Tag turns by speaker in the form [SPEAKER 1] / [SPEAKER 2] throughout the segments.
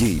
[SPEAKER 1] Jej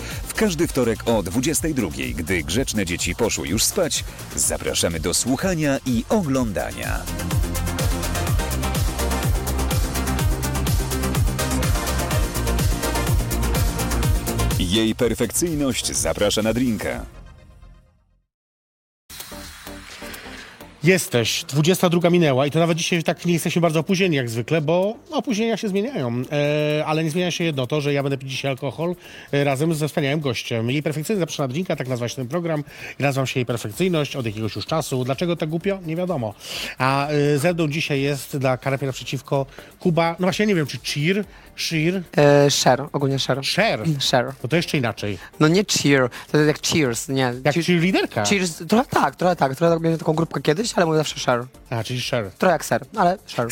[SPEAKER 1] W każdy wtorek o 22, gdy grzeczne dzieci poszły już spać, zapraszamy do słuchania i oglądania. Jej perfekcyjność zaprasza na drinka.
[SPEAKER 2] Jest też. 22 minęła i to nawet dzisiaj tak nie jesteśmy bardzo opóźnieni jak zwykle, bo opóźnienia się zmieniają. E, ale nie zmienia się jedno to, że ja będę pić dzisiaj alkohol e, razem ze wspaniałym gościem. Jej perfekcyjność zapraszana drinka, tak nazwa się ten program. I nazywam się jej perfekcyjność od jakiegoś już czasu. Dlaczego tak głupio? Nie wiadomo. A e, ze mną dzisiaj jest dla karapie naprzeciwko Kuba, no właśnie nie wiem, czy cheer, sheer,
[SPEAKER 3] E, share, ogólnie share.
[SPEAKER 2] share.
[SPEAKER 3] Share.
[SPEAKER 2] No to jeszcze inaczej.
[SPEAKER 3] No nie cheer, to jest jak cheers, nie.
[SPEAKER 2] Jak
[SPEAKER 3] Cheer-
[SPEAKER 2] cheerleaderka.
[SPEAKER 3] Cheers, trochę tak, trochę tak, trochę tak, miałem taką grupkę kiedyś, ale mówię zawsze share.
[SPEAKER 2] A, czyli share.
[SPEAKER 3] Trochę jak ser, ale share.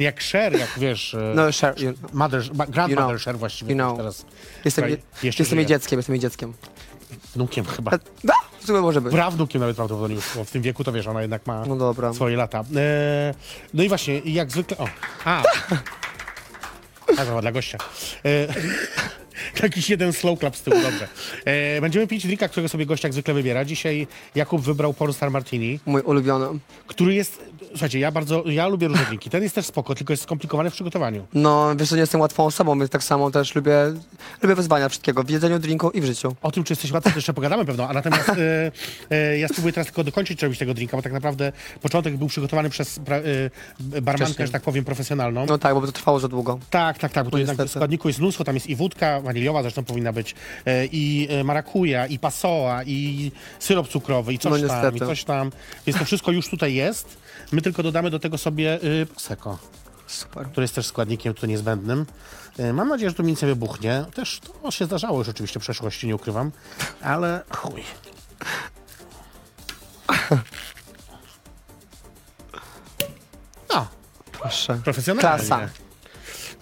[SPEAKER 2] Jak share, jak wiesz... e,
[SPEAKER 3] No share, you,
[SPEAKER 2] Mother, ma- grandmother
[SPEAKER 3] You know.
[SPEAKER 2] share właściwie
[SPEAKER 3] You know.
[SPEAKER 2] teraz.
[SPEAKER 3] jestem,
[SPEAKER 2] Słuchaj, jeszcze
[SPEAKER 3] jestem jej
[SPEAKER 2] żyje.
[SPEAKER 3] dzieckiem, jestem jej dzieckiem.
[SPEAKER 2] Wnukiem chyba.
[SPEAKER 3] A, da, w sumie może być.
[SPEAKER 2] Prawnukiem nawet prawdopodobnie już, bo w tym wieku to wiesz, ona jednak ma
[SPEAKER 3] No dobra.
[SPEAKER 2] swoje lata. E, no i właśnie, i jak zwykle... O, a! Tak, no, dla gościa. E, Jakiś jeden slow clap z tyłu, dobrze. E, będziemy pić drinka, którego sobie gość jak zwykle wybiera. Dzisiaj Jakub wybrał Pornstar Martini,
[SPEAKER 3] Mój ulubiony.
[SPEAKER 2] który jest... Słuchajcie, ja bardzo... Ja lubię różne drinki. Ten jest też spoko, tylko jest skomplikowany w przygotowaniu.
[SPEAKER 3] No, wiesz, że nie jestem łatwą osobą, więc tak samo też lubię, lubię wyzwania wszystkiego, w jedzeniu, drinku i w życiu.
[SPEAKER 2] O tym, czy jesteś łatwy, to jeszcze pogadamy pewno, a natomiast e, e, ja spróbuję teraz tylko dokończyć robić tego drinka, bo tak naprawdę początek był przygotowany przez pra, e, barmankę,
[SPEAKER 3] Wcześniej.
[SPEAKER 2] że tak powiem, profesjonalną.
[SPEAKER 3] No tak, bo to trwało za długo.
[SPEAKER 2] Tak, tak, tak, bo tu jednak
[SPEAKER 3] niestety.
[SPEAKER 2] w składniku jest mnóstwo, tam jest i wódka waniliowa, zresztą powinna być, e, i e, marakuja, i pasoa, i syrop cukrowy, i coś
[SPEAKER 3] No,
[SPEAKER 2] tam, i
[SPEAKER 3] niestety.
[SPEAKER 2] coś tam, więc to wszystko już tutaj jest. My tylko dodamy do tego sobie y, prosecco,
[SPEAKER 3] Super.
[SPEAKER 2] który jest też składnikiem tutaj niezbędnym. E, Mam nadzieję, że tu mi nic nie wybuchnie. Też to się zdarzało już oczywiście w przeszłości, nie ukrywam, ale chuj. No,
[SPEAKER 3] Proszę.
[SPEAKER 2] profesjonalnie.
[SPEAKER 3] Klasa.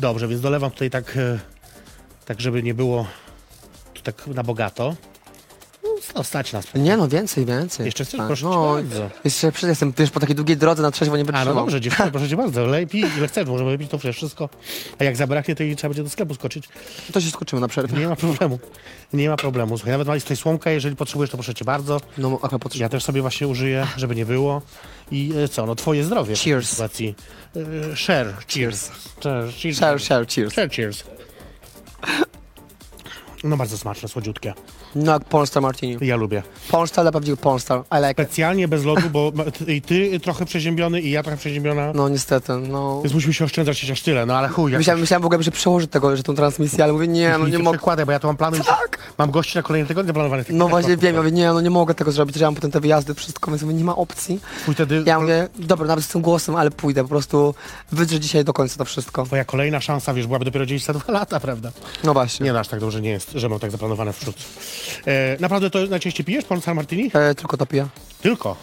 [SPEAKER 2] Dobrze, więc dolewam tutaj tak, e, tak żeby nie było tu tak na bogato. No, sta- stać nas.
[SPEAKER 3] Nie no, więcej, więcej.
[SPEAKER 2] Jeszcze chcesz?
[SPEAKER 3] Tak,
[SPEAKER 2] Proszę cię
[SPEAKER 3] no,
[SPEAKER 2] bardzo.
[SPEAKER 3] Jeszcze przecież jestem wiesz, po takiej długiej drodze na trzeźwo nie
[SPEAKER 2] A no
[SPEAKER 3] wytrzymam.
[SPEAKER 2] dobrze, dziewczyny, proszę cię bardzo, lepiej ile chcesz, możemy wypić to przecież wszystko. A jak zabraknie, to i trzeba będzie do sklepu skoczyć.
[SPEAKER 3] To się skoczymy na przerwę.
[SPEAKER 2] Nie ma problemu. Nie ma problemu. Słuchaj, nawet ma jest tutaj słomka, jeżeli potrzebujesz, to proszę cię bardzo.
[SPEAKER 3] No, akurat pod...
[SPEAKER 2] Ja też sobie właśnie użyję, żeby nie było. I e, co, no twoje zdrowie w tej
[SPEAKER 3] Cheers.
[SPEAKER 2] sytuacji. E, Share, cheers. Share, cheers.
[SPEAKER 3] Share, share, cheers.
[SPEAKER 2] Share, cheers. No bardzo smaczne, słodziutkie.
[SPEAKER 3] No jak Polstar Martini.
[SPEAKER 2] Ja lubię.
[SPEAKER 3] Polstar dla prawdziwych Polstar. I like it.
[SPEAKER 2] Specjalnie bez lodu, bo ma- ty- i ty trochę przeziębiony i ja trochę przeziębiona.
[SPEAKER 3] No niestety, no.
[SPEAKER 2] Więc musimy się oszczędzać chociaż tyle, no ale chuj. jak-
[SPEAKER 3] Myślałem, myślałem w ogóle, że przełożę tego, że tą transmisję, ale mówię, nie, no
[SPEAKER 2] I
[SPEAKER 3] nie
[SPEAKER 2] to
[SPEAKER 3] mogę. Tak!
[SPEAKER 2] przekładaj, bo ja tu mam plany już. Mam gości na kolejny tygodnie planowanych.
[SPEAKER 3] No właśnie
[SPEAKER 2] Tak,
[SPEAKER 3] wiem, ja
[SPEAKER 2] tak.
[SPEAKER 3] mówię, nie, no nie mogę tego zrobić, że mam potem te wyjazdy, wszystko, więc mówię, nie ma opcji.
[SPEAKER 2] Chuj, wtedy
[SPEAKER 3] Ja mówię, dobra, nawet z tym głosem, ale pójdę, po prostu wydrzę dzisiaj do końca to wszystko.
[SPEAKER 2] twoja kolejna szansa, wiesz, byłaby dopiero 92 lata, prawda?
[SPEAKER 3] No właśnie.
[SPEAKER 2] Nie, no aż tak dobrze nie jest, że mam tak zaplanowane w przód. E, naprawdę to najczęściej pijesz, pan San Martini?
[SPEAKER 3] E, tylko to piję.
[SPEAKER 2] Tylko.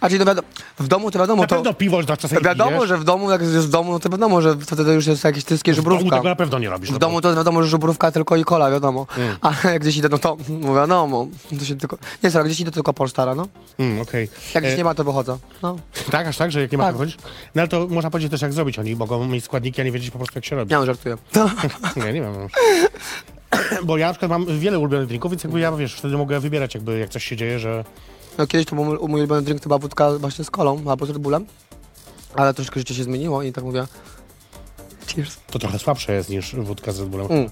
[SPEAKER 3] A czyli no wiadomo, w domu to wiadomo,
[SPEAKER 2] Na
[SPEAKER 3] to...
[SPEAKER 2] pewno piwo na czasem
[SPEAKER 3] Wiadomo,
[SPEAKER 2] pijesz.
[SPEAKER 3] że w domu, jak jest w domu, no to wiadomo, że to, to już jest jakieś tyskie
[SPEAKER 2] W domu
[SPEAKER 3] żubrówka.
[SPEAKER 2] tego na pewno nie robisz.
[SPEAKER 3] W
[SPEAKER 2] no
[SPEAKER 3] domu to wiadomo, że żubrówka tylko i kola, wiadomo. Ale jak gdzieś idę, no to no wiadomo. To się tylko... Nie, sorry, gdzieś idę tylko Polstara, no.
[SPEAKER 2] bo- Mm, okej.
[SPEAKER 3] Jak
[SPEAKER 2] E,
[SPEAKER 3] gdzieś nie ma, to wychodzę. No.
[SPEAKER 2] Tak, aż tak, że jak nie ma
[SPEAKER 3] Tak.
[SPEAKER 2] tak. chodzić? No ale to można powiedzieć też jak zrobić. Oni mogą mieć składniki, a nie wiedzieć po prostu jak się robi.
[SPEAKER 3] Nie, no, żartuję.
[SPEAKER 2] Nie, nie wiem. no. Bo ja na przykład mam wiele ulubionych drinków, więc jakby ja, wiesz, wtedy mogę wybierać jakby jak coś się dzieje, że...
[SPEAKER 3] No kiedyś to był mój, mój ulubiony drink, to była wódka właśnie z kolą albo z Red Bullem. Ale troszkę życie się zmieniło i tak mówię... Cheers.
[SPEAKER 2] To trochę słabsze jest niż wódka z Red Bullem.
[SPEAKER 3] Mm.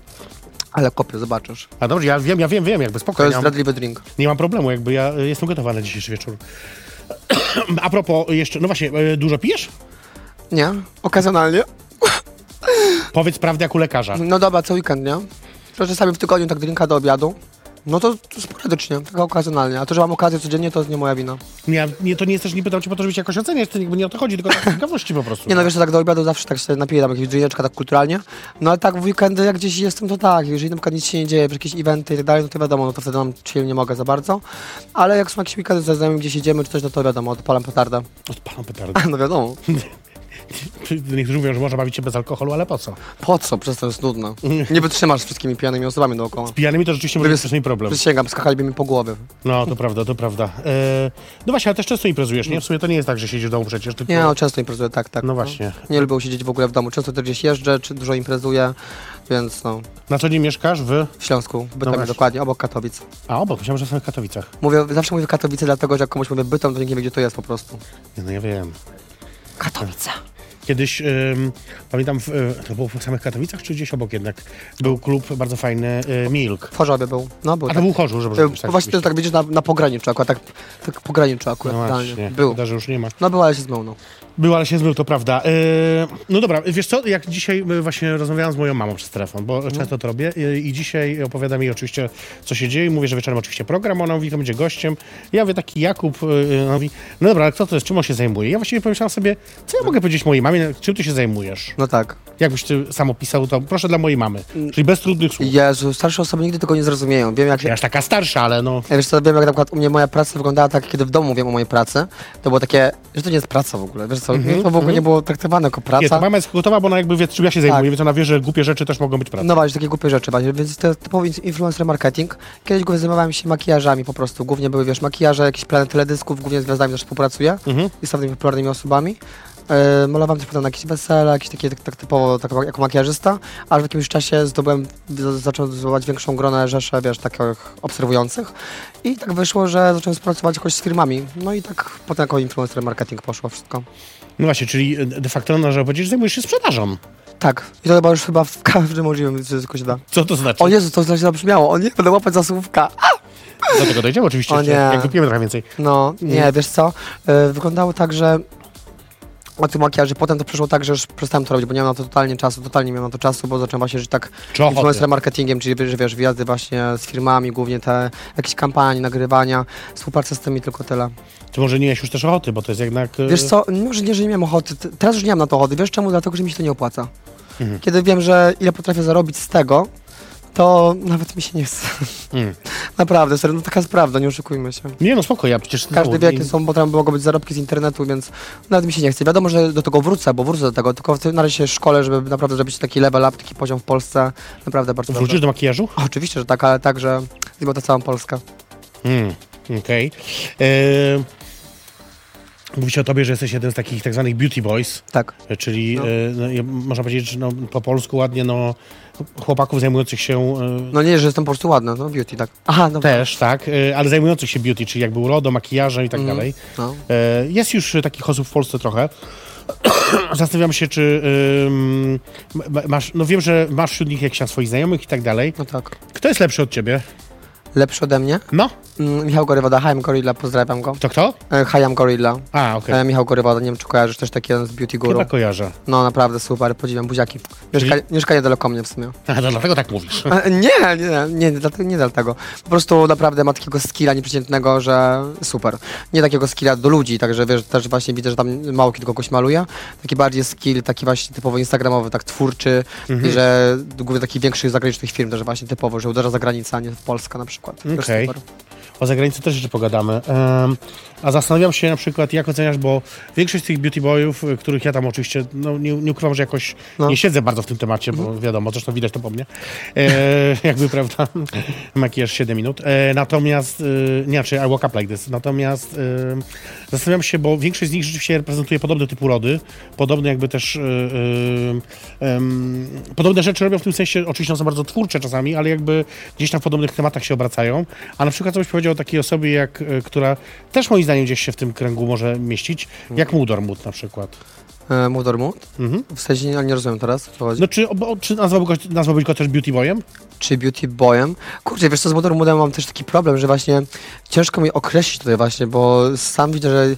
[SPEAKER 3] Ale kopię, zobaczysz.
[SPEAKER 2] A dobrze, ja wiem, ja wiem, wiem, jakby
[SPEAKER 3] To
[SPEAKER 2] spokojnie.
[SPEAKER 3] jest
[SPEAKER 2] Ja mam,
[SPEAKER 3] zdradliwy drink.
[SPEAKER 2] nie mam problemu, jakby ja y, jestem gotowa na dzisiejszy wieczór. A propos jeszcze, no właśnie, y, dużo pijesz?
[SPEAKER 3] Nie? Okazjonalnie?
[SPEAKER 2] Powiedz prawdę jak u lekarza.
[SPEAKER 3] No dobra, co weekend, nie? Że Czasami w tygodniu tak drinka do obiadu. No to sporadycznie, tak okazjonalnie. A to, że mam okazję codziennie, to nie moja wina.
[SPEAKER 2] Nie, nie, to nie jesteś, nie pytam cię po to, żeby cię jakoś oceniać, to jakby nie o to chodzi, tylko tak z ciekawości po prostu.
[SPEAKER 3] Nie no, wiesz, że tak do obiadu zawsze tak się napiję tam jakiegoś drineczka tak kulturalnie, no ale tak w weekendy jak gdzieś jestem, to tak, jeżeli na przykład nic się nie dzieje, jakieś eventy i tak dalej, no to wiadomo, no to wtedy mam chill, nie mogę za bardzo, ale jak są jakieś weekendy ze znajomym, gdzieś jedziemy czy coś, no to wiadomo, odpalam petardę.
[SPEAKER 2] Odpalam petardę.
[SPEAKER 3] No wiadomo,
[SPEAKER 2] Niektórzy mówią, że można bawić się bez alkoholu, ale po co?
[SPEAKER 3] po co, przez to jest nudne. Nie wytrzymasz z wszystkimi pijanymi osobami dookoła.
[SPEAKER 2] Pijanymi to rzeczywiście może
[SPEAKER 3] Gdyby-
[SPEAKER 2] być wcześniej problem.
[SPEAKER 3] Przysięgam, skakaliby mi po głowie.
[SPEAKER 2] No, to prawda, to prawda. E, no właśnie, ale też często imprezujesz, nie? W sumie to nie jest tak, że siedzisz w domu przecież, tylko...
[SPEAKER 3] Nie, no często imprezuję, tak, tak.
[SPEAKER 2] No właśnie.
[SPEAKER 3] Nie lubię siedzieć w ogóle w domu, często też gdzieś jeżdżę, czy dużo imprezuję, więc no,
[SPEAKER 2] Na co dzień mieszkasz w...
[SPEAKER 3] w Śląsku, w Bytomie
[SPEAKER 2] No właśnie.
[SPEAKER 3] dokładnie, obok Katowic.
[SPEAKER 2] A, obok, myślałem, że są w Katowicach.
[SPEAKER 3] Mówię, zawsze mówię Katowice, dlatego że jak komuś mówię Bytom, to nikt nie wie, gdzie to jest po prostu.
[SPEAKER 2] Nie, no ja wiem.
[SPEAKER 3] Katowice.
[SPEAKER 2] Kiedyś, ym, pamiętam, w, y, to było w samych Katowicach, czy gdzieś obok jednak, był klub bardzo fajny, y, Milk.
[SPEAKER 3] W Chorzowie był. No był.
[SPEAKER 2] A
[SPEAKER 3] Tak.
[SPEAKER 2] to był Chorzu, żeby
[SPEAKER 3] Był- Właśnie to tak widzisz na, na pograniczu akurat, tak, tak pograniczu akurat.
[SPEAKER 2] No
[SPEAKER 3] idealnie.
[SPEAKER 2] właśnie,
[SPEAKER 3] był.
[SPEAKER 2] Szkoda, że już nie ma.
[SPEAKER 3] No był, ale się zmył.
[SPEAKER 2] Był, ale się zmył, to prawda. Yy, no dobra, wiesz co, jak dzisiaj y, właśnie rozmawiałam z moją mamą przez telefon,
[SPEAKER 3] No.
[SPEAKER 2] bo często to robię y, i dzisiaj opowiadam jej oczywiście, co się dzieje. Mówię, że wieczorem oczywiście program, ona mówi, to będzie gościem. Ja mówię, taki Jakub, y, y, ona mówi, no dobra, ale kto to jest, czym on się zajmuje? Ja właściwie pomyślałam sobie, co ja mogę powiedzieć mojej mamie, czym ty się zajmujesz?
[SPEAKER 3] No tak.
[SPEAKER 2] Jakbyś ty sam opisał to, proszę dla mojej mamy, czyli bez trudnych słów.
[SPEAKER 3] Jezu, starsze osoby nigdy tego nie zrozumieją. Wiem jak się...
[SPEAKER 2] Ja aż taka starsza, ale no...
[SPEAKER 3] Ja wiesz co, wiem jak na przykład u mnie moja praca wyglądała tak, kiedy w domu mówiłem o mojej pracy, to było takie, że to nie jest praca w ogóle, wiesz co, to w ogóle nie było traktowane jako
[SPEAKER 2] Mhm,
[SPEAKER 3] praca.
[SPEAKER 2] Nie, to mama jest gotowa, bo ona jakby wie, czym ja się zajmuję, więc ona wie, że głupie rzeczy też mogą być pracą.
[SPEAKER 3] Tak. No właśnie, takie głupie rzeczy właśnie, więc to typowy influencer marketing. Kiedyś głównie zajmowałem się makijażami po prostu, głównie były, wiesz, makijaże, jakieś plany teledysków, głównie z gwiazdami też współpracuję i z pewnymi popularnymi osobami. Yy, malowałem też potem na jakieś wesela, jakieś takie tak, tak typowo tak, jako makijażysta, aż w jakimś czasie zdobyłem, z- zacząłem zdobywać większą gronę rzeszę, wiesz, takich obserwujących i tak wyszło, że zacząłem współpracować jakoś z firmami, no i tak potem jako influencer marketing poszło wszystko.
[SPEAKER 2] No właśnie, czyli y, de facto można powiedzieć, że zajmujesz się sprzedażą.
[SPEAKER 3] Tak, i to chyba już chyba w każdym możliwym języku się da.
[SPEAKER 2] Co to znaczy?
[SPEAKER 3] O Jezu, to źle zabrzmiało, o nie, będę łapać za słówka.
[SPEAKER 2] Do tego dojdziemy oczywiście,
[SPEAKER 3] O
[SPEAKER 2] jeszcze,
[SPEAKER 3] nie.
[SPEAKER 2] jak wypijemy trochę więcej.
[SPEAKER 3] No, nie, wiesz co, y, wyglądało tak, że o tym makijażu, potem to przeszło tak, że już przestałem to robić, bo nie miałem na to totalnie czasu, totalnie nie miałem na to czasu, bo zacząłem właśnie żyć tak
[SPEAKER 2] Czy ochoty?
[SPEAKER 3] influencer marketingiem, czyli że wiesz, wyjazdy właśnie z firmami, głównie te jakieś kampanie, nagrywania, współpraca z tymi, tylko tyle.
[SPEAKER 2] Czy może nie miałeś już też ochoty, bo to jest jednak... y,
[SPEAKER 3] Wiesz co, może nie, że nie miałem ochoty, t- teraz już nie mam na to ochoty, wiesz czemu? Dlatego, że mi się to nie opłaca.
[SPEAKER 2] Mhm.
[SPEAKER 3] Kiedy wiem, że ile potrafię zarobić z tego, to nawet mi się nie chce.
[SPEAKER 2] Mm.
[SPEAKER 3] Naprawdę, serio, no taka jest prawda, nie oszukujmy się.
[SPEAKER 2] Nie no, spoko, ja przecież...
[SPEAKER 3] Każdy wie, jakie są, bo tam mogą być zarobki z internetu, więc nawet mi się nie chce. Wiadomo, że do tego wrócę, bo wrócę do tego, tylko w tym- na razie się szkole, żeby naprawdę zrobić taki level up, taki poziom w Polsce. Naprawdę bardzo
[SPEAKER 2] Wrócisz
[SPEAKER 3] dobry.
[SPEAKER 2] do makijażu?
[SPEAKER 3] Oczywiście, że tak, ale także zjebał to całą Polskę.
[SPEAKER 2] Mm, Okej. Y, Mówicie o tobie, że jesteś jeden z takich tak zwanych beauty boys,
[SPEAKER 3] Tak.
[SPEAKER 2] czyli
[SPEAKER 3] No.
[SPEAKER 2] y, no, ja- można powiedzieć, że no, po polsku ładnie, no, chłopaków zajmujących się... y,
[SPEAKER 3] No nie, że jestem po prostu ładny, no beauty, tak. Aha, no.
[SPEAKER 2] Też, tak, y, ale zajmujących się beauty, czyli jakby urodą, makijażem i tak dalej.
[SPEAKER 3] no.
[SPEAKER 2] E, Jest już takich osób w Polsce trochę. Zastanawiam się, czy ym, ma- masz, no wiem, że masz wśród nich jakichś tam swoich znajomych i tak dalej.
[SPEAKER 3] No tak.
[SPEAKER 2] Kto jest lepszy od ciebie?
[SPEAKER 3] Lepszy ode mnie?
[SPEAKER 2] No,
[SPEAKER 3] Mm, Michał Gorywoda, Hayam Gorilla, pozdrawiam go.
[SPEAKER 2] to kto?
[SPEAKER 3] E, Hayam Gorilla.
[SPEAKER 2] A, okej,
[SPEAKER 3] E, Michał Gorywoda, nie wiem czy kojarzysz, też taki jeden z beauty guru.
[SPEAKER 2] Tak. chyba kojarzę.
[SPEAKER 3] No naprawdę super, podziwiam, buziaki. Mieszka,
[SPEAKER 2] Czyli-
[SPEAKER 3] Mieszka niedaleko mnie w sumie.
[SPEAKER 2] A, to dlatego tak mówisz.
[SPEAKER 3] E, Nie, nie, nie, nie, dlatego- nie dlatego. Po prostu naprawdę ma takiego skilla nieprzeciętnego, że super. Nie takiego skilla do ludzi, także wiesz, też właśnie widzę, że tam mało kiedy kogoś maluje. Taki bardziej skill, taki właśnie typowo instagramowy, tak twórczy,
[SPEAKER 2] Mhm.
[SPEAKER 3] i że głównie takich większych zagranicznych firm też właśnie typowo, że uderza za granicę, a nie w Polskę na przykład. Też
[SPEAKER 2] Okej.
[SPEAKER 3] super.
[SPEAKER 2] O zagranicy też jeszcze pogadamy. Em, a zastanawiam się na przykład, jak oceniasz, bo większość z tych beauty boyów, y, których ja tam oczywiście, no nie, nie ukrywam, że jakoś
[SPEAKER 3] No.
[SPEAKER 2] nie siedzę bardzo w tym temacie, bo wiadomo, zresztą widać to po mnie. E, jakby, prawda, makijaż 7 minut. E, natomiast, y, nie, czy I walk up like this. Natomiast y, zastanawiam się, bo większość z nich rzeczywiście reprezentuje podobny typ urody, podobne jakby też, y, y, em, podobne rzeczy robią w tym sensie, oczywiście one są bardzo twórcze czasami, ale jakby gdzieś tam w podobnych tematach się obracają. A na przykład, co byś powiedział o takiej osobie, jak, y, która też moim zdaniem gdzieś się w tym kręgu może mieścić, jak Mudormut na przykład.
[SPEAKER 3] E, Move or Mood?
[SPEAKER 2] Mhm.
[SPEAKER 3] W sensie nie, nie rozumiem teraz, o co chodzi.
[SPEAKER 2] No czy, o- o- czy nazwałbyś go, nazwałbyś go też Beauty Boyem?
[SPEAKER 3] czy beauty boyem. Kurczę, wiesz co, z Modern Moodem mam też taki problem, że właśnie ciężko mi określić tutaj właśnie, bo sam widzę, że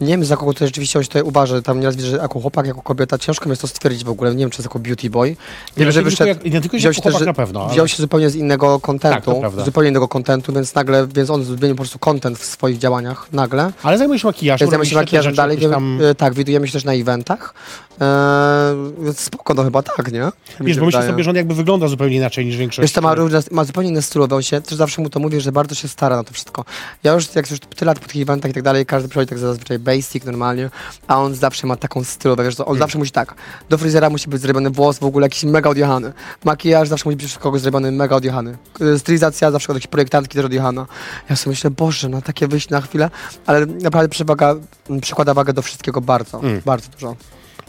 [SPEAKER 3] Nie wiem, za kogo to rzeczywiście on się tutaj uważa. Tam nieraz widzę, że jako chłopak, jako kobieta, ciężko mi jest to stwierdzić w ogóle. Nie wiem, czy jest jako beauty boy. Wiem,
[SPEAKER 2] Identyfikuję-
[SPEAKER 3] że wyszedł...
[SPEAKER 2] identyfikuje się
[SPEAKER 3] wziął
[SPEAKER 2] jako
[SPEAKER 3] też,
[SPEAKER 2] chłopak
[SPEAKER 3] że-
[SPEAKER 2] na pewno, ale-
[SPEAKER 3] Wziął się zupełnie z innego
[SPEAKER 2] Tak, to
[SPEAKER 3] kontentu,
[SPEAKER 2] prawda.
[SPEAKER 3] zupełnie innego kontentu, więc nagle, więc on zmienił po prostu kontent w swoich działaniach, nagle.
[SPEAKER 2] Ale zajmuje się makijażem.
[SPEAKER 3] Zajmujemy
[SPEAKER 2] robi
[SPEAKER 3] się
[SPEAKER 2] świetne
[SPEAKER 3] makijażem
[SPEAKER 2] rzeczy,
[SPEAKER 3] dalej,
[SPEAKER 2] jakieś
[SPEAKER 3] tam... tak, widujemy się też na eventach. E, więc spoko, no chyba tak, nie? Mi
[SPEAKER 2] Wiesz,
[SPEAKER 3] się
[SPEAKER 2] bo myślę
[SPEAKER 3] wydaje.
[SPEAKER 2] sobie, że on jakby wygląda zupełnie inaczej niż większość.
[SPEAKER 3] Wiesz, to ma, różne, ma zupełnie inne stylowe, on się, też zawsze mu to mówię, że bardzo się stara na to wszystko. Ja już, jak już tyle lat po tych eventach i tak dalej, każdy przychodzi tak zazwyczaj basic, normalnie, a on zawsze ma taką stylowę, wiesz,
[SPEAKER 2] Mm.
[SPEAKER 3] to on zawsze musi tak, do fryzjera musi być zrobiony włos w ogóle jakiś mega odjechany, makijaż zawsze musi być przez kogoś zrobiony mega odjechany, Y, stylizacja zawsze od jakiejś projektantki też odjechana. Ja sobie myślę, boże, na takie wyjść na chwilę, ale naprawdę przewaga, m, przykłada wagę do wszystkiego bardzo, bardzo dużo.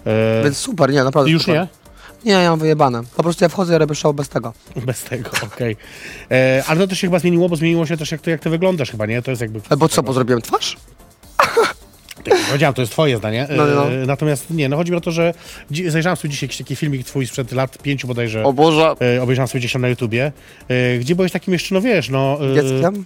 [SPEAKER 2] E,
[SPEAKER 3] Więc super, nie, naprawdę
[SPEAKER 2] Mm. Już
[SPEAKER 3] super.
[SPEAKER 2] nie?
[SPEAKER 3] Nie, ja mam wyjebane. Po prostu ja wchodzę, ja robię show bez tego.
[SPEAKER 2] Bez tego, okej. E, Ale to też się chyba zmieniło, bo zmieniło się też jak ty, jak ty wyglądasz chyba, nie? To jest jakby... Tak,
[SPEAKER 3] E, Bo co, bo zrobiłem twarz?
[SPEAKER 2] Powiedziałem, to jest twoje zdanie. E,
[SPEAKER 3] No, no.
[SPEAKER 2] Natomiast nie, no chodzi mi o to, że dzi- zajrzałem sobie dzisiaj jakiś taki filmik twój sprzed lat pięciu bodajże.
[SPEAKER 3] O Boże.
[SPEAKER 2] E, Obejrzałem sobie gdzieś tam na YouTubie, e, gdzie byłeś takim jeszcze, no wiesz, no... e,
[SPEAKER 3] Dzieckiem?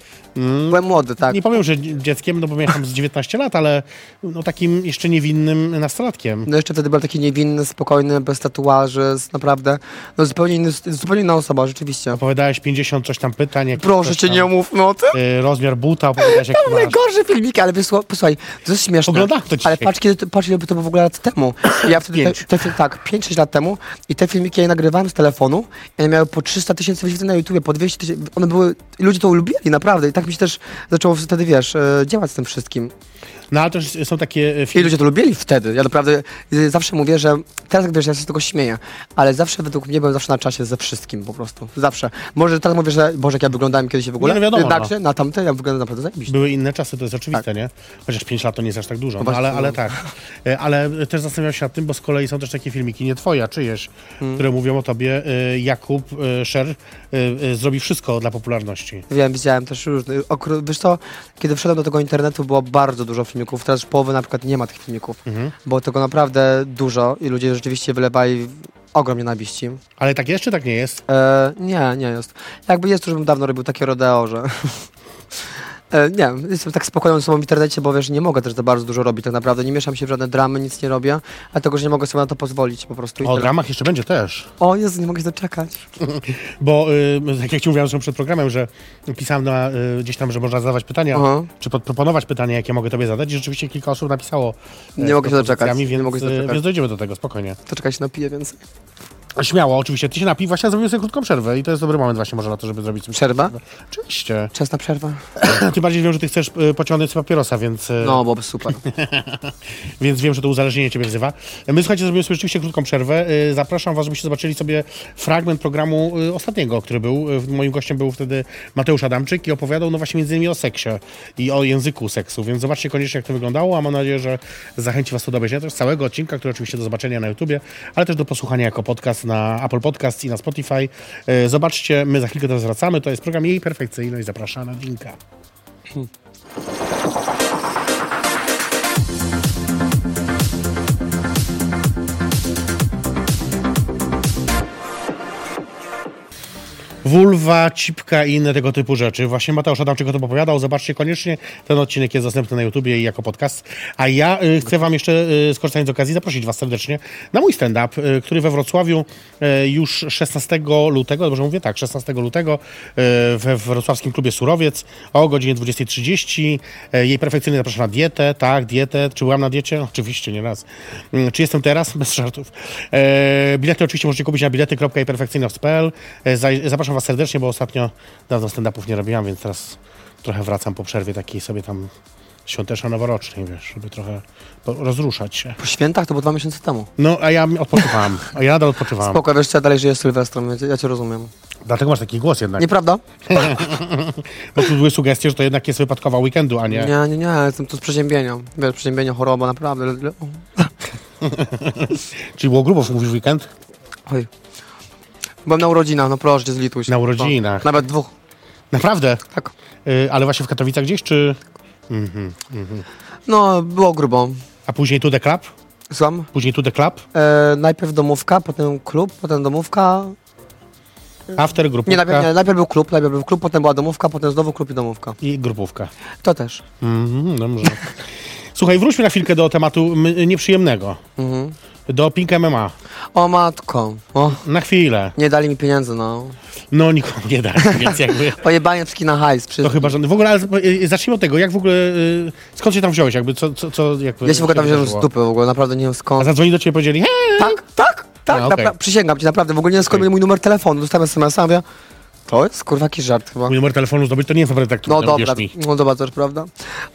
[SPEAKER 3] Byłem młody, tak.
[SPEAKER 2] Mm. Nie powiem, że dzie- dzieckiem, no bo miałem tam z 19 lat, ale no takim jeszcze niewinnym nastolatkiem.
[SPEAKER 3] No jeszcze wtedy byłem taki niewinny, spokojny, bez tatuaży, z naprawdę, no zupełnie, inny, zupełnie inna osoba, rzeczywiście.
[SPEAKER 2] Opowiadałeś 50 coś tam pytań. jakieś
[SPEAKER 3] Proszę
[SPEAKER 2] coś
[SPEAKER 3] cię,
[SPEAKER 2] No tam,
[SPEAKER 3] nie Oh mówmy o tym.
[SPEAKER 2] e, Rozmiar buta, opowiadałeś jak masz.
[SPEAKER 3] Najgorsze filmiki, ale wysła, posłuchaj, to jest śmieszne.
[SPEAKER 2] Oglądałem to dzisiaj.
[SPEAKER 3] Ale patrz, kiedy, patrz, ile by to było w ogóle lat temu. Ja wtedy,
[SPEAKER 2] Pięć.
[SPEAKER 3] te, te, fil- tak, 5-6 lat temu i te filmiki ja nagrywałem z telefonu i one miały po 300 tysięcy wyświetleń na YouTubie, po 200 tysięcy, one były, i ludzie to ulubili, naprawdę. I tak mi się też zaczęło wtedy, wiesz, e, działać z tym wszystkim.
[SPEAKER 2] No ale też są takie e,
[SPEAKER 3] I
[SPEAKER 2] filmy,
[SPEAKER 3] ludzie to lubili wtedy. Ja naprawdę y, zawsze mówię, że teraz jak wiesz, ja się z tego śmieję, ale zawsze według mnie byłem zawsze na czasie ze wszystkim po prostu. Zawsze. Może teraz mówię, że Boże, jak ja wyglądałem kiedyś w ogóle.
[SPEAKER 2] Nie, no wiadomo,
[SPEAKER 3] tak,
[SPEAKER 2] no.
[SPEAKER 3] że na tamte ja wyglądam naprawdę zajebiście.
[SPEAKER 2] były inne czasy, to jest oczywiste, nie? Chociaż 5 lat to nie jest aż tak dużo, no,
[SPEAKER 3] właśnie,
[SPEAKER 2] ale,
[SPEAKER 3] Tak. no.
[SPEAKER 2] ale tak. E, Ale też zastanawiam się nad tym, bo z kolei są też takie filmiki, nie twoje, a czyjeś,
[SPEAKER 3] Hmm.
[SPEAKER 2] które mówią o tobie, e, Jakub e, Szer e, e, zrobi wszystko dla popularności.
[SPEAKER 3] Wiem, widziałem też różne. Okru... Wiesz co, kiedy wszedłem do tego internetu, było bardzo dużo filmików. Teraz już połowy na przykład nie ma tych filmików.
[SPEAKER 2] Mhm.
[SPEAKER 3] Było tego naprawdę dużo i ludzie rzeczywiście wylewali ogrom nienawiści.
[SPEAKER 2] Ale tak jeszcze tak nie jest.
[SPEAKER 3] E, nie, nie jest. Jakby jest, to już bym dawno robił takie rodeo, że... E, nie, jestem tak spokojną sobą w internecie, bo wiesz, nie mogę też za bardzo dużo robić tak naprawdę. Nie mieszam się w żadne dramy, nic nie robię, dlatego, że nie mogę sobie na to pozwolić po prostu. i
[SPEAKER 2] O
[SPEAKER 3] tyle.
[SPEAKER 2] dramach jeszcze będzie też.
[SPEAKER 3] o Jezu, nie mogę się doczekać.
[SPEAKER 2] Bo y, tak jak ci mówiłem zresztą przed programem, że pisałem na, y, gdzieś tam, że można zadawać pytania,
[SPEAKER 3] Aha.
[SPEAKER 2] czy podproponować pytania, jakie mogę tobie zadać i rzeczywiście kilka osób napisało. e,
[SPEAKER 3] Nie mogę się
[SPEAKER 2] z propozycjami,
[SPEAKER 3] doczekać, nie
[SPEAKER 2] Więc,
[SPEAKER 3] mogę się
[SPEAKER 2] y,
[SPEAKER 3] doczekać.
[SPEAKER 2] więc dojdziemy do tego, spokojnie.
[SPEAKER 3] Doczekać się napiję więcej.
[SPEAKER 2] Śmiało, oczywiście. Ty się napij, właśnie ja zrobiłem sobie krótką przerwę i to jest dobry moment właśnie może na to, żeby zrobić sobie
[SPEAKER 3] Przerwa?
[SPEAKER 2] Oczywiście.
[SPEAKER 3] Czas na przerwę?
[SPEAKER 2] Tym bardziej wiem, że ty chcesz y, pociągnąć sobie papierosa, więc, y,
[SPEAKER 3] No, byłoby super.
[SPEAKER 2] więc wiem, że to uzależnienie ciebie wzywa. E, My, słuchajcie, zrobimy sobie rzeczywiście krótką przerwę. Y, Zapraszam was, żebyście zobaczyli sobie fragment programu y, ostatniego, który był. Y, Moim gościem był wtedy Mateusz Adamczyk i opowiadał, no właśnie między innymi o seksie i o języku seksu, więc zobaczcie koniecznie, jak to wyglądało, a mam nadzieję, że zachęci was to do obejrzenia też całego odcinka, który oczywiście do zobaczenia na YouTubie, ale też do posłuchania jako podcast na Apple Podcast i na Spotify. Y, Zobaczcie, my za chwilkę teraz wracamy. To jest program Jej Perfekcyjność. Zapraszam na linka. Wulwa, cipka i inne tego typu rzeczy. Właśnie Mateusz Adamczyk o tym opowiadał. Zobaczcie koniecznie. Ten odcinek jest dostępny na YouTubie i jako podcast. A ja y, chcę wam jeszcze, y, skorzystając z okazji, zaprosić was serdecznie na mój stand-up, y, który we Wrocławiu y, już 16 lutego, dobrze mówię tak, 16 lutego y, we wrocławskim klubie Surowiec o godzinie 20.30. Y, Jej perfekcyjnie zapraszam na dietę, tak, dietę. Czy byłam na diecie? Oczywiście, nie raz. Y, Czy jestem teraz? Bez żartów. E, Bilety oczywiście możecie kupić na bilety.perfekcyjność.pl. E, zaj- Zapraszam Was serdecznie, bo ostatnio dawno stand-upów nie robiłam, więc teraz trochę wracam po przerwie takiej sobie tam świąteczno-noworocznej, wiesz, żeby trochę po- rozruszać się.
[SPEAKER 3] Po świętach to było dwa miesiące temu.
[SPEAKER 2] No, a ja odpoczywałam. A ja nadal odpoczywałam.
[SPEAKER 3] Spoko, wiesz co, ja dalej żyję z Sylwestrem, ja, ja cię rozumiem.
[SPEAKER 2] Dlatego masz taki głos jednak.
[SPEAKER 3] Nieprawda?
[SPEAKER 2] Bo tu były sugestie, że to jednak jest wypadkowa weekendu, a nie...
[SPEAKER 3] Nie, nie, nie, jestem tu z przeziębienia. Wiesz, przeziębienie, choroba, naprawdę.
[SPEAKER 2] Czyli było grubo, mówisz weekend?
[SPEAKER 3] Oj. Byłem na urodzinach, no proszę cię, zlituj się.
[SPEAKER 2] Na urodzinach.
[SPEAKER 3] Nawet dwóch,
[SPEAKER 2] Naprawdę?
[SPEAKER 3] tak.
[SPEAKER 2] Y, ale właśnie w Katowicach gdzieś, czy...
[SPEAKER 3] No, było grubo.
[SPEAKER 2] A później tu The Club?
[SPEAKER 3] Słucham?
[SPEAKER 2] Później tu The Club?
[SPEAKER 3] E, najpierw domówka, potem klub, potem domówka.
[SPEAKER 2] After, grupówka
[SPEAKER 3] Mm. Nie najpierw, nie, najpierw był klub, najpierw był klub, potem była domówka, potem znowu klub i domówka.
[SPEAKER 2] i grupówka.
[SPEAKER 3] To też.
[SPEAKER 2] Mhm, dobrze. Słuchaj, wróćmy na chwilkę do tematu m- nieprzyjemnego. Do Pink MMA.
[SPEAKER 3] Mhm. O matko, o,
[SPEAKER 2] Na chwilę.
[SPEAKER 3] nie dali mi pieniędzy, no.
[SPEAKER 2] No nikomu nie dali, więc jakby...
[SPEAKER 3] Pojebanie wszystkich na hajs. Przy...
[SPEAKER 2] To chyba, że... W ogóle, ale y, zacznijmy od tego, jak w ogóle... y, Skąd się tam wziąłeś, jakby, co... co, co jakby,
[SPEAKER 3] Ja się w ogóle tam
[SPEAKER 2] co
[SPEAKER 3] wziąłem z
[SPEAKER 2] wydarzyło?
[SPEAKER 3] dupy w ogóle, naprawdę nie wiem
[SPEAKER 2] A
[SPEAKER 3] skąd.
[SPEAKER 2] zadzwonili do ciebie i powiedzieli, hej,
[SPEAKER 3] Tak, tak, tak,
[SPEAKER 2] A, okej.
[SPEAKER 3] napra- przysięgam ci, naprawdę, w ogóle nie wiem skąd
[SPEAKER 2] Okej.
[SPEAKER 3] mój numer telefonu, dostałem SMS-a, mówię, to jest kurwa jakiś żart chyba.
[SPEAKER 2] mój numer telefonu zdobyć, to nie jest naprawdę tak trudne,
[SPEAKER 3] No
[SPEAKER 2] uwierz
[SPEAKER 3] dobra,
[SPEAKER 2] mi.
[SPEAKER 3] no dobra, to też prawda.